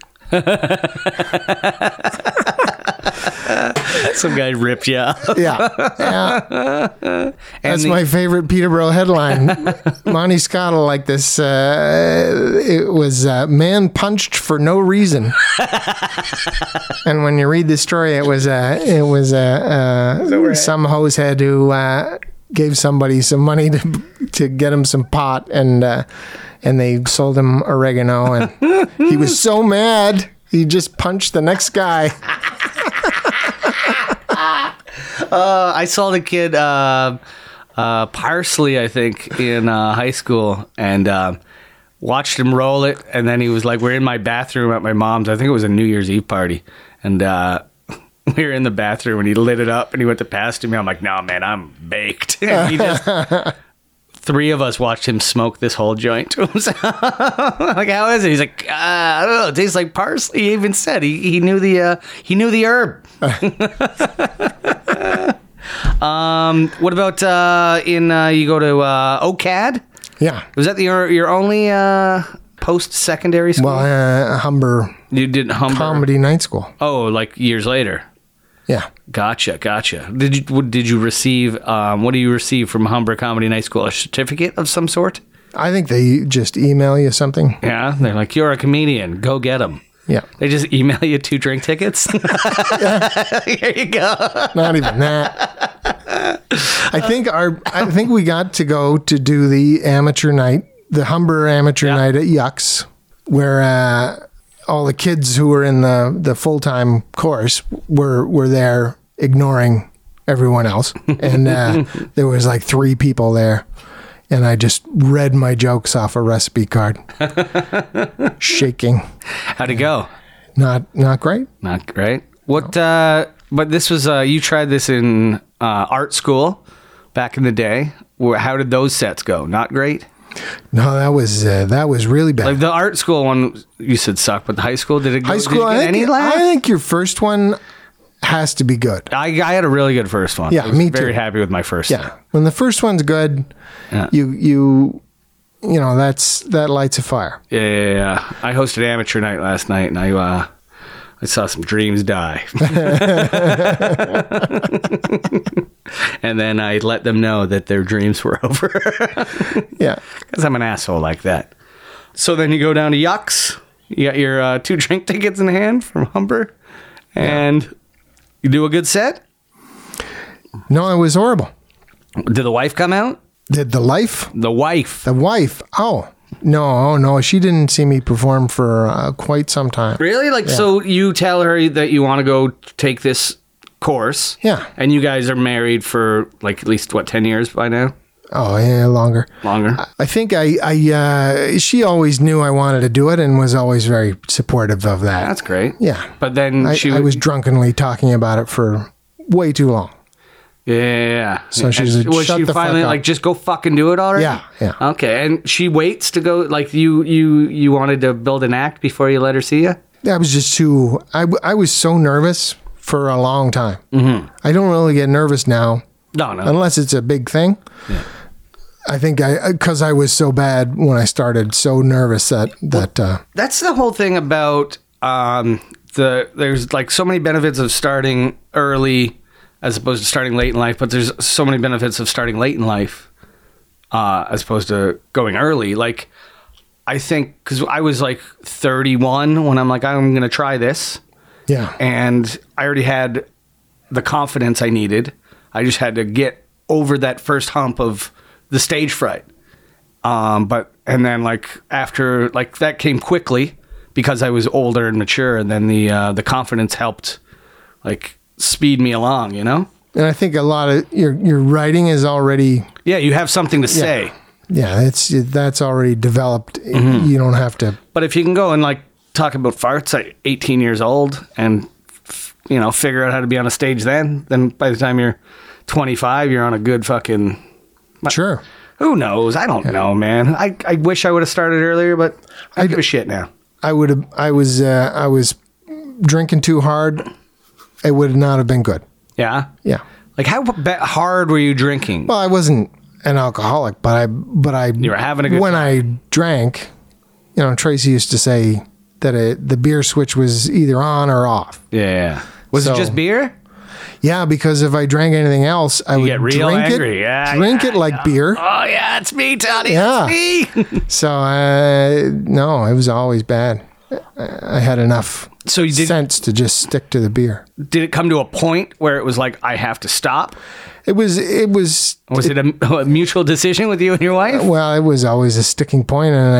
some guy ripped you up. <laughs> Yeah, yeah. And That's the- my favorite Peterborough headline. <laughs> Monty Scott will like this. Uh, it was uh, man punched for <laughs> no reason. and when you read the story, it was uh, it was uh, uh, some hosehead who uh, gave somebody some money to to get him some pot, and uh, and they sold him oregano, and he was so mad he just punched the <laughs> next guy. Uh, I saw the kid uh, uh, Parsley, I think, in uh, high school, and um watched him roll it. And then he was like, "We're in my bathroom at my mom's. I think it was a New Year's Eve party, and uh, <laughs> we were in the bathroom. And he lit it up, and he went to pass to me. I'm like, "No, man, I'm baked." <laughs> And he just. Three of us watched him smoke this whole joint to himself. <laughs> like, how is it? He's like, uh, I don't know. It tastes like parsley. He even said he, he knew the uh, he knew the herb. Um, What about uh, in uh, you go to uh, OCAD? Yeah. Was that your your only uh, post secondary school? Well, uh, Humber you did Humber. Comedy Night School. Oh, like years later. Yeah. Gotcha, gotcha. Did you what- did you receive um, what do you receive from Humber Comedy Night School? A certificate of some sort? I think they just email you something. Yeah, they're like you're a comedian. Go get them. Yeah. They just email you two drink tickets. <laughs> Here you go. Not even that. I think our I think we got to go to do the amateur night, the Humber amateur night at Yucks, where uh, all the kids who were in the, the full time course were were there ignoring everyone else. <laughs> And uh, there was like three people there. And I just read my jokes off a recipe card. Shaking. How'd it go? Not not great. Not right. What? Uh, but this was uh, you tried this in uh, art school back in the day. Wh- How did those sets go? Not great. No, that was uh, that was really bad. Like the art school one, you said sucked, but the high school did it? Go, High did school, it I get think, any I laugh? think your first one has to be good. I, I had a really good first one. Yeah, I was me Very too. happy with my first. Yeah, when the first one's good, Yeah. you you you know that's that lights a fire. Yeah, yeah, yeah. I hosted amateur night last night, and I uh, I saw some dreams <laughs> die. <laughs> and then I let them know that their dreams were <laughs> over. Yeah, Because I'm an asshole like that. So then you go down to Yucks. You got your uh, two <laughs> drink tickets in hand from Humber. And you do a good set. no, it was horrible. Did the wife come out? Did the life The wife. the wife? Oh no, oh no, she didn't see me perform for uh, quite some time. Really? Like, so you tell her that you want to go take this course. Yeah. And you guys are married for like at least, what, 10 years by now? Oh yeah, longer. Longer? I think I I uh, she always knew I wanted to do it and was always very supportive of that. That's great. Yeah, But then I, she I was drunkenly talking about it for way too long. Yeah. So she's And like, was "Shut she the fuck finally up." like just go fucking do it already? Yeah, yeah. Okay, and she waits to go like you you you wanted to build an act before you let her see you. I was just too. I, w- I was so nervous for a long time. Mm-hmm. I don't really get nervous now No, no. unless it's a big thing. I think I because I was so bad when I started, so nervous that that uh, That's the whole thing about um the there's like so many benefits of starting early as opposed to starting late in life, but there's so many benefits of starting late in life uh as opposed to going early. Like I think cuz I was like 31 when I'm like I'm going to try this. yeah and I already had the confidence I needed. I just had to get over that first hump of the stage fright. Um, but and then like after like that came quickly because I was older and mature, and then the uh, the confidence helped. like speed me along, you know? And I think a lot of your your writing is already Yeah, you have something to say. yeah, it's that's already developed. You don't have to But if you can go and like talk about farts at 18 years old and f- you know figure out how to be on a stage then, then by the time you're 25, you're on a good fucking. sure. Who knows? I don't know, man. I, I wish I would have started earlier, but I, give a shit now. I would have I was uh, I was drinking too hard. It would not have been good. Yeah. Yeah. Like how be- hard were you drinking? Well, I wasn't an alcoholic, but I but I you were having a good when I drank. You know, Tracy used to say that it, the beer switch was either on or off. yeah. Was it So- just beer? Yeah, because if I drank anything else, I would get real drink angry. it, Yeah, drink it like beer. Oh yeah, it's me, Tony. Yeah. It's me. <laughs> So uh, no, it was always bad. I I had enough so you did sense to just stick to the beer. did it come to a point where it was like I have to stop? It was it was Was it a, <laughs> a mutual decision with you and your wife? well, it was always a sticking point, and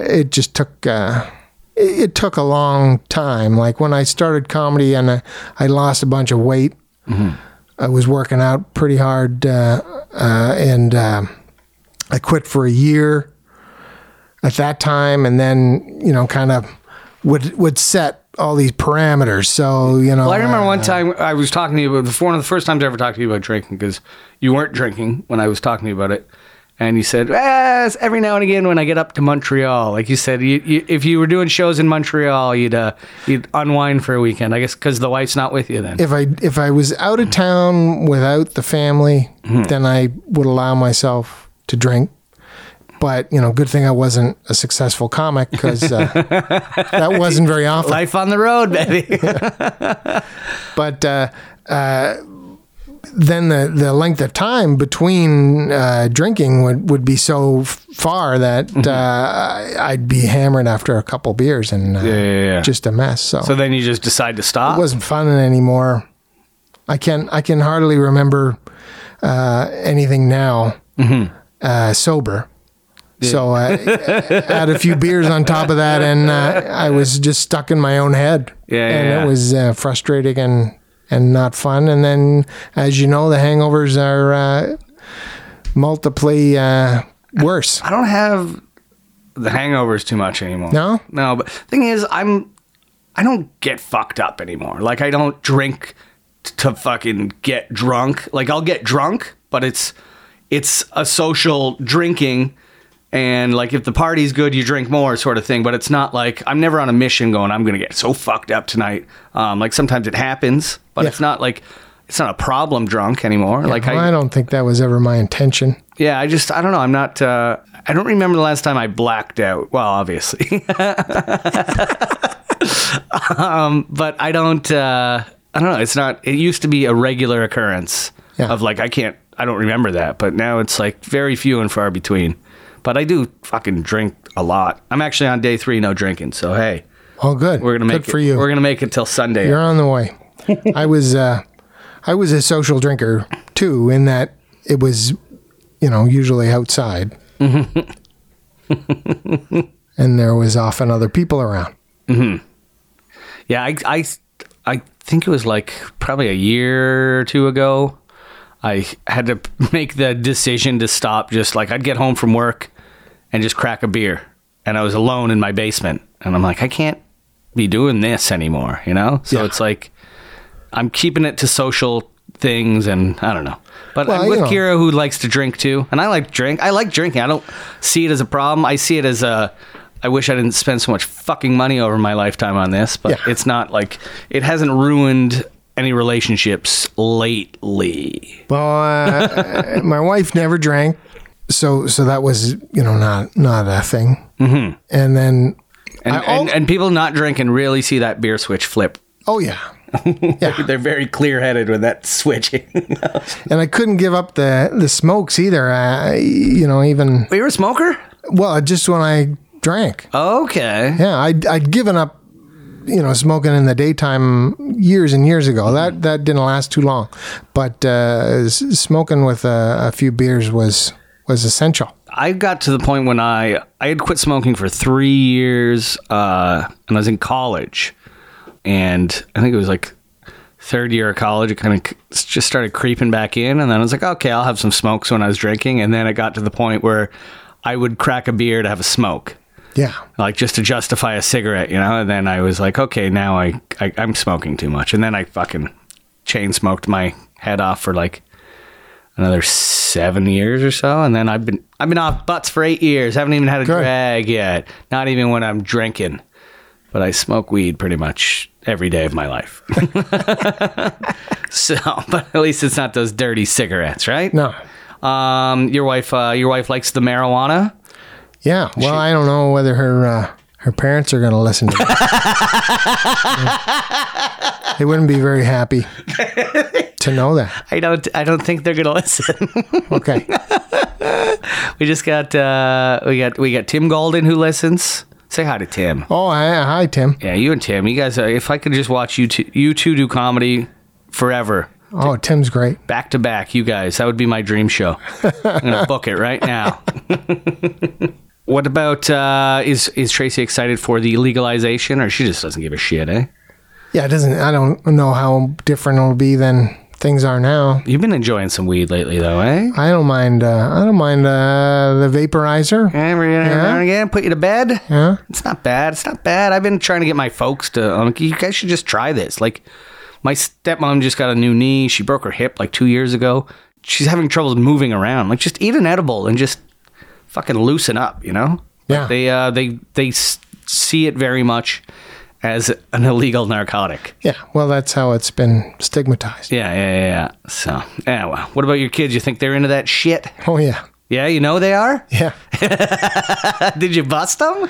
uh, it just took. Uh, it it took a long time. Like when I started comedy and I, I lost a bunch of weight, Mm-hmm. I was working out pretty hard, uh, uh, and um I quit for a year at that time, and then you know, kind of would would set all these parameters. So you know, Well, I remember one time I was talking to you about before one of the first times I ever talked to you about drinking because you weren't drinking when I was talking to you about it, and you said, "Ah, it's every now and again when I get up to Montreal, like you said, you, you, if you were doing shows in Montreal, you'd uh, you'd unwind for a weekend, I guess, because the wife's not with you then." if I if I was out of town without the family, Hmm. then I would allow myself to drink. But you know, good thing I wasn't a successful comic <laughs> because uh, that wasn't very often. Life on the road, baby. <laughs> But uh, uh, then the the length of time between uh, drinking would, would be so f- far that Mm-hmm. uh, I- I'd be hammered after a couple beers and uh, yeah. just a mess. So, so then you just decide to stop. it wasn't fun anymore. I can I can hardly remember uh, anything now Mm-hmm. uh, sober. So I had a few beers on top of that, and uh, I was just stuck in my own head. Yeah, yeah, and yeah. it was uh, frustrating and and not fun. And then, as you know, the hangovers are uh, multiply uh, worse. I don't have the hangovers too much anymore. No? no. But thing is, I'm I don't get fucked up anymore. Like I don't drink t- to fucking get drunk. Like I'll get drunk, but it's it's a social drinking. And like if the party's good, you drink more, sort of thing. But it's not like I'm never on a mission going. I'm gonna get so fucked up tonight. Um, like sometimes it happens, but Yeah. it's not like it's not a problem drunk anymore. like Well, I don't think that was ever my intention. yeah, I just I don't know. I'm not. Uh, I don't remember the last time I blacked out. Well, obviously, <laughs> um, but I don't. Uh, I don't know. It's not. It used to be a regular occurrence Yeah. of like I can't. I don't remember that. But now it's like very few and far between. But I do fucking drink a lot. I'm actually on day three, no drinking. So hey, All good. we're gonna make good for it, you. We're gonna make it till Sunday. You're on the way. I was uh, I was a social drinker too, in that it was, you know, usually outside, and there was often other people around. Yeah, I, I, I think it was like probably a year or two ago. I had to <laughs> make the decision to stop. Just like I'd get home from work and just crack a beer, and I was alone in my basement, and I'm like, I can't be doing this anymore, you know. So it's like I'm keeping it to social things, and I don't know. But Well, I'm you with know. Kira, who likes to drink too, and I like to drink. I like drinking. I don't see it as a problem. I see it as a. I wish I didn't spend so much fucking money over my lifetime on this, but Yeah. it's not like it hasn't ruined any relationships lately. Well, uh, my wife never drank, so so that was you know not not a thing. Mm-hmm. And then, And, I al- and, and people not drinking really see that beer switch flip. oh yeah, They're very clear headed with that <laughs> switching. and I couldn't give up the the smokes either. I, you know, even Were you a smoker? well, just when I drank. Okay. Yeah, I'd, I'd given up, you know, smoking in the daytime years and years ago. That that didn't last too long, but uh, s- smoking with a, a few beers was was essential. I got to the point when I I had quit smoking for three years, uh, and I was in college, and I think it was like third year of college, it kind of just started creeping back in. And then I was like, okay, I'll have some smokes when I was drinking. And then it got to the point where I would crack a beer to have a smoke, Yeah. like just to justify a cigarette, you know? And then I was like, okay, now I, I I'm smoking too much. And then I fucking chain smoked my head off for like another seven years or so. And then I've been, I've been off butts for eight years. Haven't even had a Good. drag yet. Not even when I'm drinking, but I smoke weed pretty much every day of my life. <laughs> So, but at least it's not those dirty cigarettes, right? No. Um, your wife, uh, your wife likes the marijuana. Yeah. Well, I don't know whether her uh, her parents are going to listen to this. Yeah. They wouldn't be very happy to know that. I don't, I don't think they're gonna <laughs> listen. Okay. we just got, uh, we got, we got Tim Golden who listens. Say hi to Tim. Oh, hi, hi Tim. Yeah, you and Tim, you guys. Uh, if I could just watch you two, you two do comedy forever, Oh, Tim's great. back to back, you guys. That would be my dream show. I'm gonna book it right now. <laughs> what about uh, is is Tracy excited for the legalization, or she just doesn't give a shit, eh? Yeah, it doesn't. I don't know how different it'll be than things are now. You've been enjoying some weed lately, though, eh? I don't mind. Uh, I don't mind uh, the vaporizer. And we're gonna Yeah. again put you to bed. Yeah. It's not bad. It's not bad. I've been trying to get my folks to. I'm like, you guys should just try this. Like, my stepmom just got a new knee. She broke her hip like two years ago. She's having troubles moving around. Like, just eat an edible and just fucking loosen up. You know? Yeah. They uh they they s- see it very much as an illegal narcotic. Yeah. Well, that's how it's been stigmatized. Yeah, yeah, yeah. yeah. So, yeah. Well, what about your kids? You think they're into that shit? Oh yeah. Yeah, you know they are. <laughs> Yeah. Did you bust them?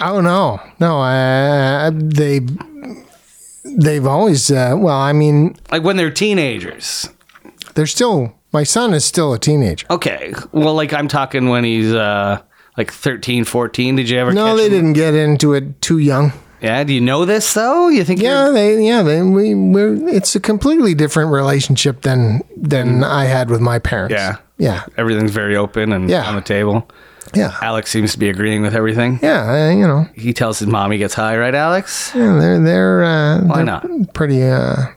Oh no, no. Uh, they they've always. Uh, well, I mean, Like when they're teenagers. they're still. My son is still a teenager. Okay. Well, like I'm talking when he's uh like 13, 14. Did you ever No, catch they him? didn't get into it too young. Yeah, do you know this though? You think Yeah, you're- they. Yeah, they. We. We're, it's a completely different relationship than than I had with my parents. Mm. Yeah. Yeah. everything's very open and Yeah. on the table. Yeah. Alex seems to be agreeing with everything. Yeah. Uh, you know. He tells his mom he gets high, right, Alex? Yeah, they're they're. Uh, Why they're not? Pretty. Uh,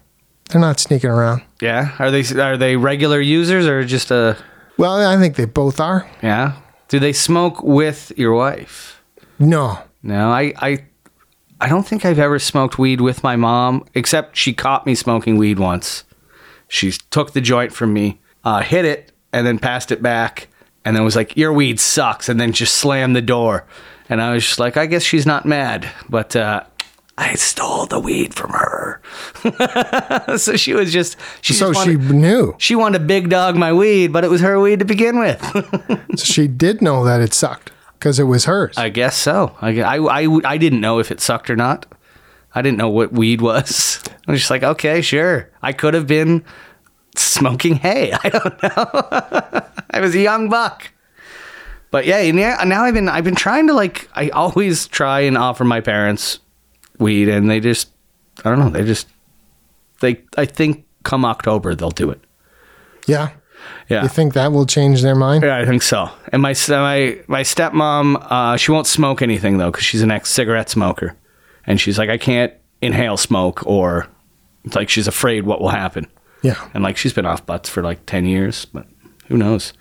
they're not sneaking around. Yeah. Are they are they regular users or just a Well, I think they both are. yeah? Do they smoke with your wife? No. No, I I I don't think I've ever smoked weed with my mom, except she caught me smoking weed once. She took the joint from me, uh, hit it, and then passed it back, and then was like, "Your weed sucks," and then just slammed the door. And I was just like, "I guess she's not mad," but uh, I stole the weed from her. <laughs> so she was just she So just she wanted, knew. she wanted to big dog my weed, but it was her weed to begin with. <laughs> She did know that it sucked because it was hers. I guess so. I, I, I, I didn't know if it sucked or not. I didn't know what weed was. <laughs> I was just like, okay, sure. I could have been smoking hay. <laughs> I don't know. <laughs> I was a young buck. But yeah, and yeah, now I've been I've been trying to like I always try and offer my parents weed and they just I don't know, they just they I think come October they'll do it. yeah. Yeah. You think that will change their mind? Yeah, I think so. And my s- my my stepmom, uh, she won't smoke anything though because she's an ex-cigarette smoker, and she's like, I can't inhale smoke or it's like she's afraid what will happen. Yeah. And like she's been off butts for like ten years, but who knows?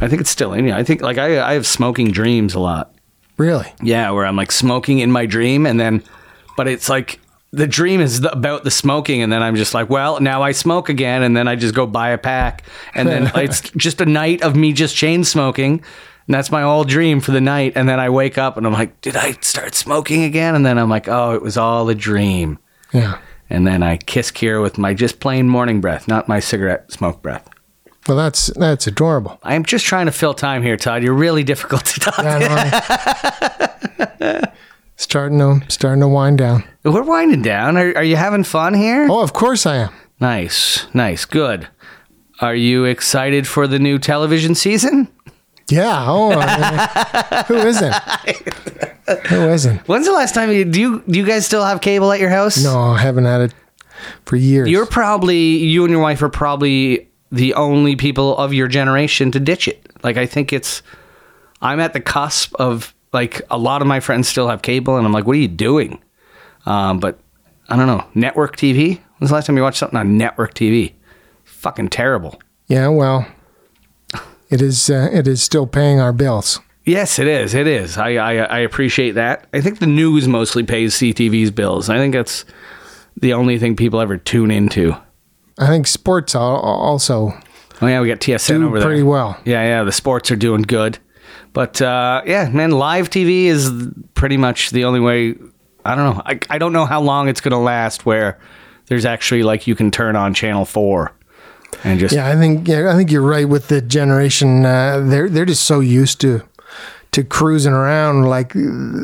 I think it's still in you. I think like I I have smoking dreams a lot. Really? Yeah, where I'm like smoking in my dream, and then, but it's like the dream is the, about the smoking, and then I'm just like, well, now I smoke again, and then I just go buy a pack, and then it's just a night of me just chain smoking, and that's my all dream for the night, and then I wake up and I'm like, did I start smoking again? And then I'm like, oh, it was all a dream, Yeah. and then I kiss Kira with my just plain morning breath, not my cigarette smoke breath. Well, that's <laughs> that's adorable. I'm just trying to fill time here, Todd. You're really <laughs> difficult to talk. I know. uh, starting to starting to wind down. We're winding down. Are, are you having fun here? Oh, of course I am. Nice, nice, good. Are you excited for the new television season? Yeah. Oh, I mean, who <laughs> isn't? Who isn't? When's the last time you do you do you guys still have cable at your house? No, I haven't had it for years. You're probably you and your wife are probably the only people of your generation to ditch it. Like I think it's I'm at the cusp of like a lot of my friends still have cable and I'm like, what are you doing? Um, but I don't know. Network TV? When's the last time you watched something on network TV? Fucking terrible. Yeah, well, it is uh, it is still paying our bills. Yes, it is. It is. I, I I appreciate that. I think the news mostly pays CTV's bills. I think that's the only thing people ever tune into. I think sports al- also Oh yeah, we got TSN do over there. pretty well. Yeah, yeah, the sports are doing good. But uh, yeah, man, live TV is pretty much the only way. I don't know. I, I don't know how long it's going to last where there's actually like you can turn on channel four and just. Yeah, I think yeah, I think you're right with the generation. Uh, they're they're just so used to to cruising around like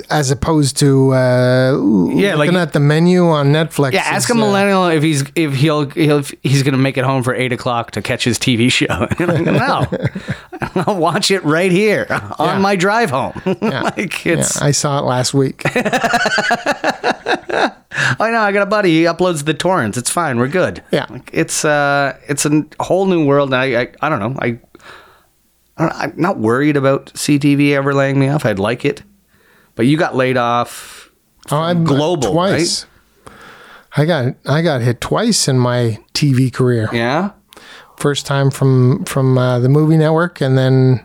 as opposed to uh, Yeah, like- looking at the menu on Netflix. Yeah, ask a is, uh, millennial if he's if he'll, he'll if he's gonna make it home for eight o'clock to catch his TV show. <laughs> Like, <laughs> no, <laughs> I'll watch it right here on Yeah. my drive home. <laughs> like yeah, it's I saw it <laughs> last week. I know. "Oh, I got a buddy. He uploads the torrents. It's fine. We're good. Yeah. Like, it's uh, it's a n- whole new world. And I, I, I don't know. I, I don't, I'm not worried about CTV ever laying me off. I'd like it, but you got laid off. Oh, I'm global, twice. I got I got hit twice in my TV career. Yeah. First time from from uh, the movie network, and then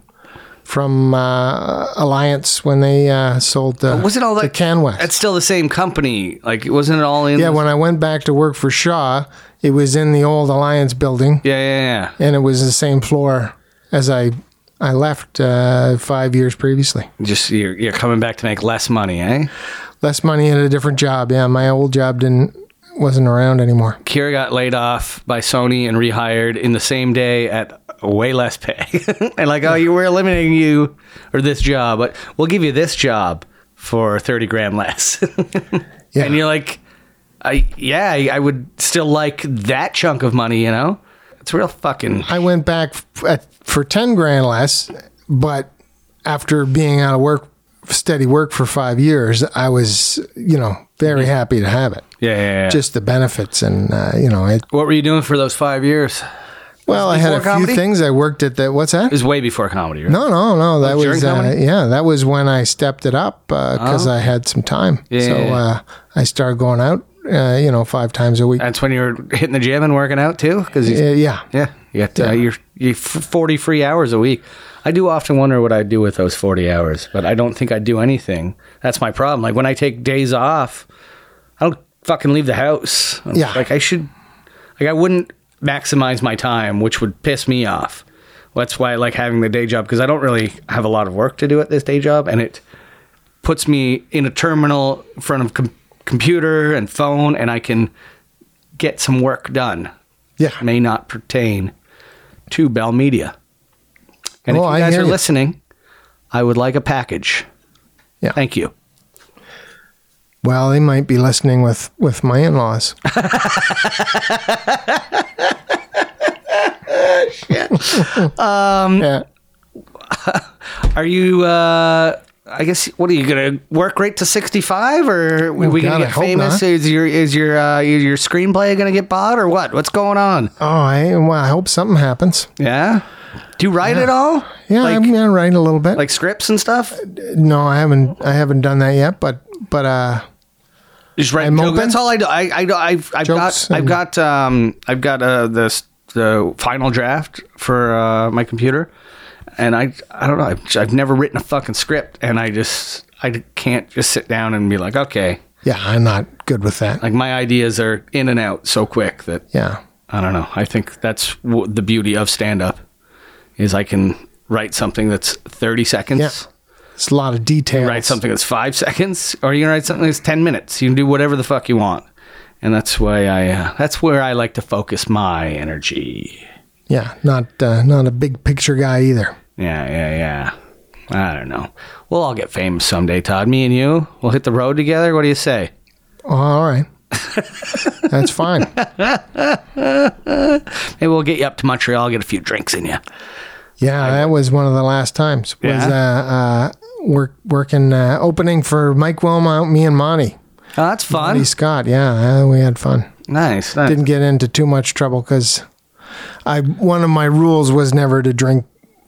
from uh, Alliance when they uh, sold uh, Was it all to that Canwest. It's still the same company. Like, wasn't it all in? yeah, the- when I went back to work for Shaw, it was in the old Alliance building, yeah. Yeah. Yeah. and it was the same floor as I I left uh, five years previously. Just you're, you're coming back to make less money, eh? Less money and a different job. Yeah, my old job didn't wasn't around anymore. Kira got laid off by Sony and rehired in the same day at way less pay. <laughs> and like, oh, you were eliminating you or this job, but we'll give you this job for 30 grand less. <laughs> Yeah. And you're like, I yeah, I, I would still like that chunk of money, you know? It's real fucking I went back f- at, for 10 grand less, but after being out of work, steady work for five years, I was, you know, very happy to have it. yeah, Mm-hmm. yeah, yeah. Just Just the benefits. And, uh, you know, I, what were you doing for those five years? It well, I had a before comedy? few things I worked at that. What's that? was way before comedy, right? No, no, no. That during was, uh, comedy? yeah, that was when I stepped it up because I had some time. Uh-huh. Yeah, so yeah, yeah. Uh, I started going out, uh, you know, five times a week. That's when you were hitting the gym and working out too, because Uh, yeah. Yeah, you got uh, your you f- forty free hours a week. I do often wonder what I'd do with those forty hours, but I don't think I'd do anything. That's my problem. Like when I take days off, I don't fucking leave the house. I'm Yeah. like I should. Like I wouldn't maximize my time, which would piss me off. That's why I like having the day job because I don't really have a lot of work to do at this day job, and it puts me in a terminal in front of com- computer and phone, and I can get some work done Yeah. may not pertain to Bell Media. And Oh, if I you guys hear are you. listening, I would like a package. Yeah. Thank you. Well, they might be listening with, with my <laughs> in laws. um, yeah. Are you? Uh, I guess. What are you gonna work right to sixty five, or are we Oh, God, gonna I get hope famous? not. Is your is your uh, is your screenplay gonna get bought, or what? What's going on? Oh, I, well, I hope something happens. Yeah. Do you write it all? Yeah, Like, I'm gonna write a little bit. like scripts and stuff. no, I haven't. I haven't done that yet. But but uh, Just write I'm jokes. open. That's all I do. I, I do- I've, I've Jokes got I've and- got um I've got uh this the final draft for uh, my computer, and I I don't know I've, I've never written a fucking script, and I just I can't just sit down and be like okay yeah, I'm not good with that. like my ideas are in and out so quick that yeah, I don't know I think that's w- the beauty of stand up is I can write something that's thirty seconds. yeah. It's a lot of details. write something that's five seconds, or you can write something that's ten minutes. You can do whatever the fuck you want, and that's why I. Uh, that's where I like to focus my energy. Yeah, not uh, not a big picture guy either. Yeah, yeah, yeah. I don't know. We'll all get famous someday, Todd. Me and you. We'll hit the road together. What do you say? Oh, all right, <laughs> that's fine. Maybe we'll get you up to Montreal, get a few drinks in Oh, you. Yeah, that was one of the last times. Was Yeah? uh, uh, work working uh, opening for Mike Wilmot, me and Monty. Oh, that's fun. Monty Scott. Yeah, uh, we had fun. Nice. nice. Didn't get into too much trouble because I one of my rules was never to drink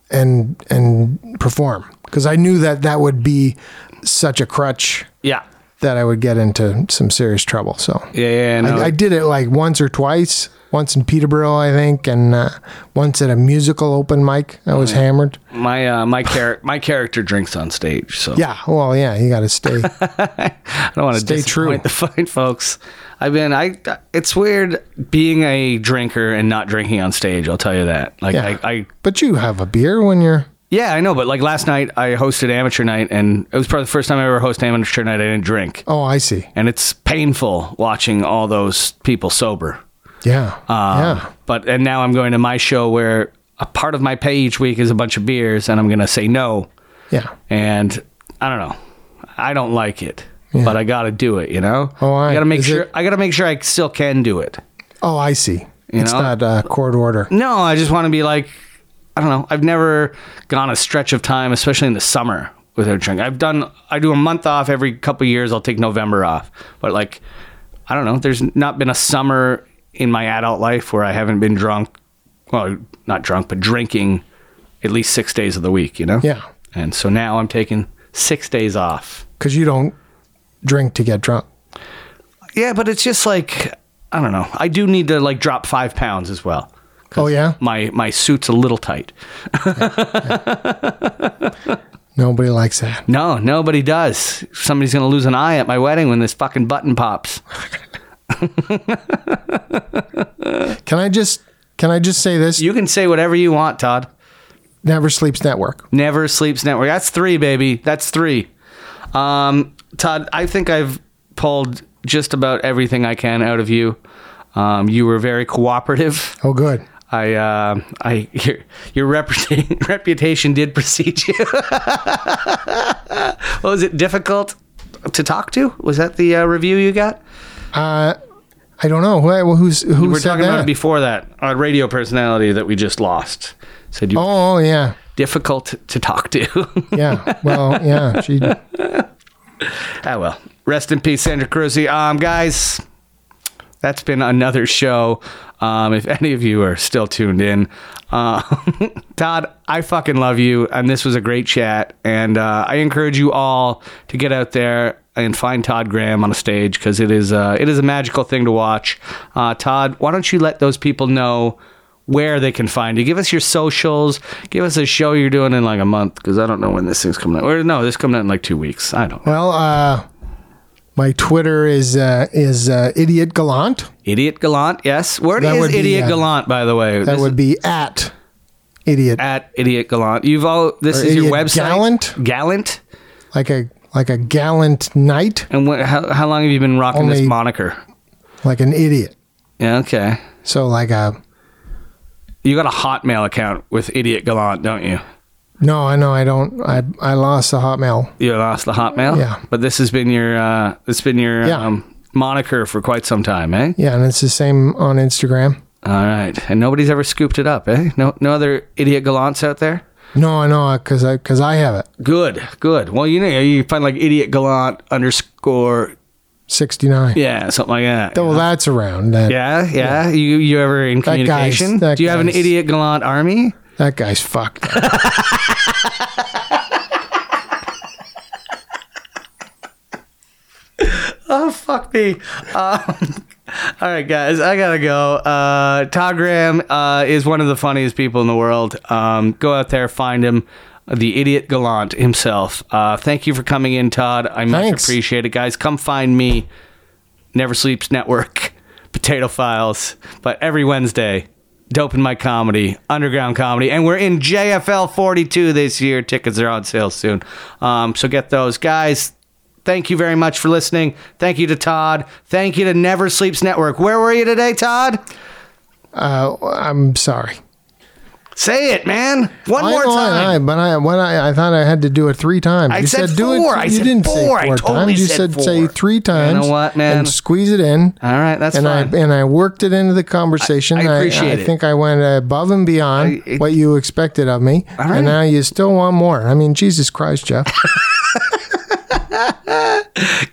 and and perform because I knew that that would be such a crutch yeah. that I would get into some serious trouble. So Yeah, yeah, no. I, I did it like once or twice. Once in Peterborough, I think, and uh, once at a musical open mic. I was hammered. my uh, my char- my character drinks on stage, so Yeah. Well, yeah. You got to <laughs> stay. I don't want to Stay disappoint true. the <laughs> fine folks. I've been I. It's weird being a drinker and not drinking on stage. I'll tell you that. Like Yeah. I, I but you have a beer when you're. Yeah, I know, but like last night I hosted amateur night and it was probably the first time I ever hosted amateur night I didn't drink. Oh, I see. And it's painful watching all those people sober. Yeah. Um, yeah. But and now I'm going to my show where a part of my pay each week is a bunch of beers and I'm going to say no Yeah. and I don't know. I don't like it. But I got to do it, you know? Oh, I- I got to make is sure it- I got to make sure I still can do it. Oh, I see. it's know? not uh, court order. No, I just want to be like, I don't know. I've never gone a stretch of time, especially in the summer, without drinking. I've done, I do a month off every couple of years. I'll take November off. But like, I don't know. There's not been a summer in my adult life where I haven't been drunk. Well, not drunk, but drinking at least six days of the week, you know? Yeah. And so now I'm taking six days off. Because you don't drink to get drunk. Yeah, but it's just like, I don't know. I do need to like drop five pounds as well. 'Cause Oh, yeah? My, my suit's a little tight. Nobody likes that. No, nobody does. Somebody's going to lose an eye at my wedding when this fucking button pops. Can I just can I just say this? You can say whatever you want, Todd. Never Sleeps Network. Never Sleeps Network. That's three, baby. That's three. Um, Todd, I think I've pulled just about everything I can out of you. Um, you were very cooperative. Oh, good. I, uh, I, your, your reputation, <laughs> reputation did precede you. <laughs> was it difficult to talk to? Was that the uh, review you got? I don't know who who's who We were said talking that. about it before that. A radio personality that we just lost said you oh, oh, yeah, difficult to talk to. <laughs> yeah. Well, yeah. She ah well. Rest in peace, Sandra Cruzy. Um, guys, that's been another show. Um, if any of you are still tuned in, uh, <laughs> Todd, I fucking love you, and this was a great chat. And uh, I encourage you all to get out there and find Todd Graham on a stage because it is uh, it is a magical thing to watch. Uh, Todd, why don't you let those people know where they can find you? Give us your socials. Give us a show you're doing in like a month because I don't know when this thing's coming out. Or no, this coming out in like two weeks. I don't. know. well, uh, my Twitter is uh, is uh, idiot gallant. Idiot Gallant, yes. Where That is would be, Idiot uh, Gallant, by the way? That This would be at idiot at Idiot Gallant. You've all this Or is your Idiot website. Gallant? Gallant. like a like a gallant knight, And what, how how long have you been rocking this Only- moniker? like an idiot. Yeah, okay. So like a You got a Hotmail account with Idiot Gallant, don't you? no, I know I don't. I I lost the hotmail. You lost the Hotmail. Yeah. But this has been your uh, it's been your Yeah. um, moniker for quite some time, eh? Yeah, and it's the same on Instagram. All right. And nobody's ever scooped it up, eh? No no other Idiot Gallants out there. No, I know because I because I have it. Good, good. Well, you know, you find like idiot gallant underscore, Sixty nine. yeah, something like that. Well, that's around that. Yeah, yeah. You you ever in That guy's- communication? that Do you have an guy's- idiot gallant army? That guy's fucked. <laughs> Oh fuck me! Um, <laughs> all right, guys, I gotta go. Uh, Todd Graham uh, is one of the funniest people in the world. Um, go out there, find him. The idiot gallant himself. Uh, thank you for coming in, Todd. I much Thanks. appreciate it, guys. Come find me, Never Sleeps Network, <laughs> Potato Files, but every Wednesday, Dope in My Comedy, Underground Comedy, and we're in JFL 42 this year. Tickets are on sale soon, um, so get those, guys. Thank you very much for listening. Thank you to Todd. Thank you to Never Sleeps Network. Where were you today, Todd? Uh, I'm sorry. Say it, man. One I more know I- time. I, but I, when I, I thought I had to do it three times. I you said do it. four. I you said didn't say four. four I times. totally you said said, four. say three times. what, man? And squeeze it in. All right, that's and fine. I and I worked it into the conversation. I- I appreciate I, it. think I went above and I- beyond it- what you expected of me. right. And now you still want more. I mean, Jesus Christ, Jeff.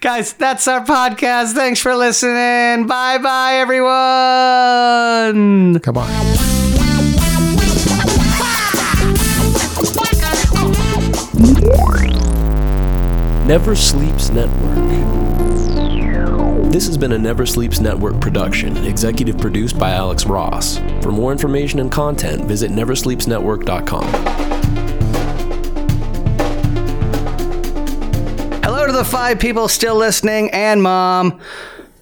Guys, that's our podcast. Thanks for listening. Bye bye, everyone. Come on. <laughs> Never Sleeps Network. This has been a Never Sleeps Network production, executive produced by Alex Ross. For more information and content, visit neversleepsnetwork.com. Hello to the five people still listening and mom.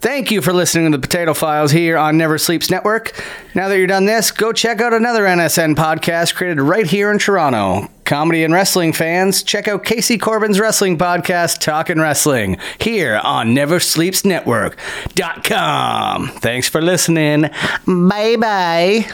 Thank you for listening to the Potato Files here on Never Sleeps Network. Now that you're done this, go check out another NSN podcast created right here in Toronto. Comedy and wrestling fans, check out Casey Corbin's wrestling podcast, Talkin' Wrestling, here on NeverSleepsNetwork.com. Thanks for listening. Bye bye.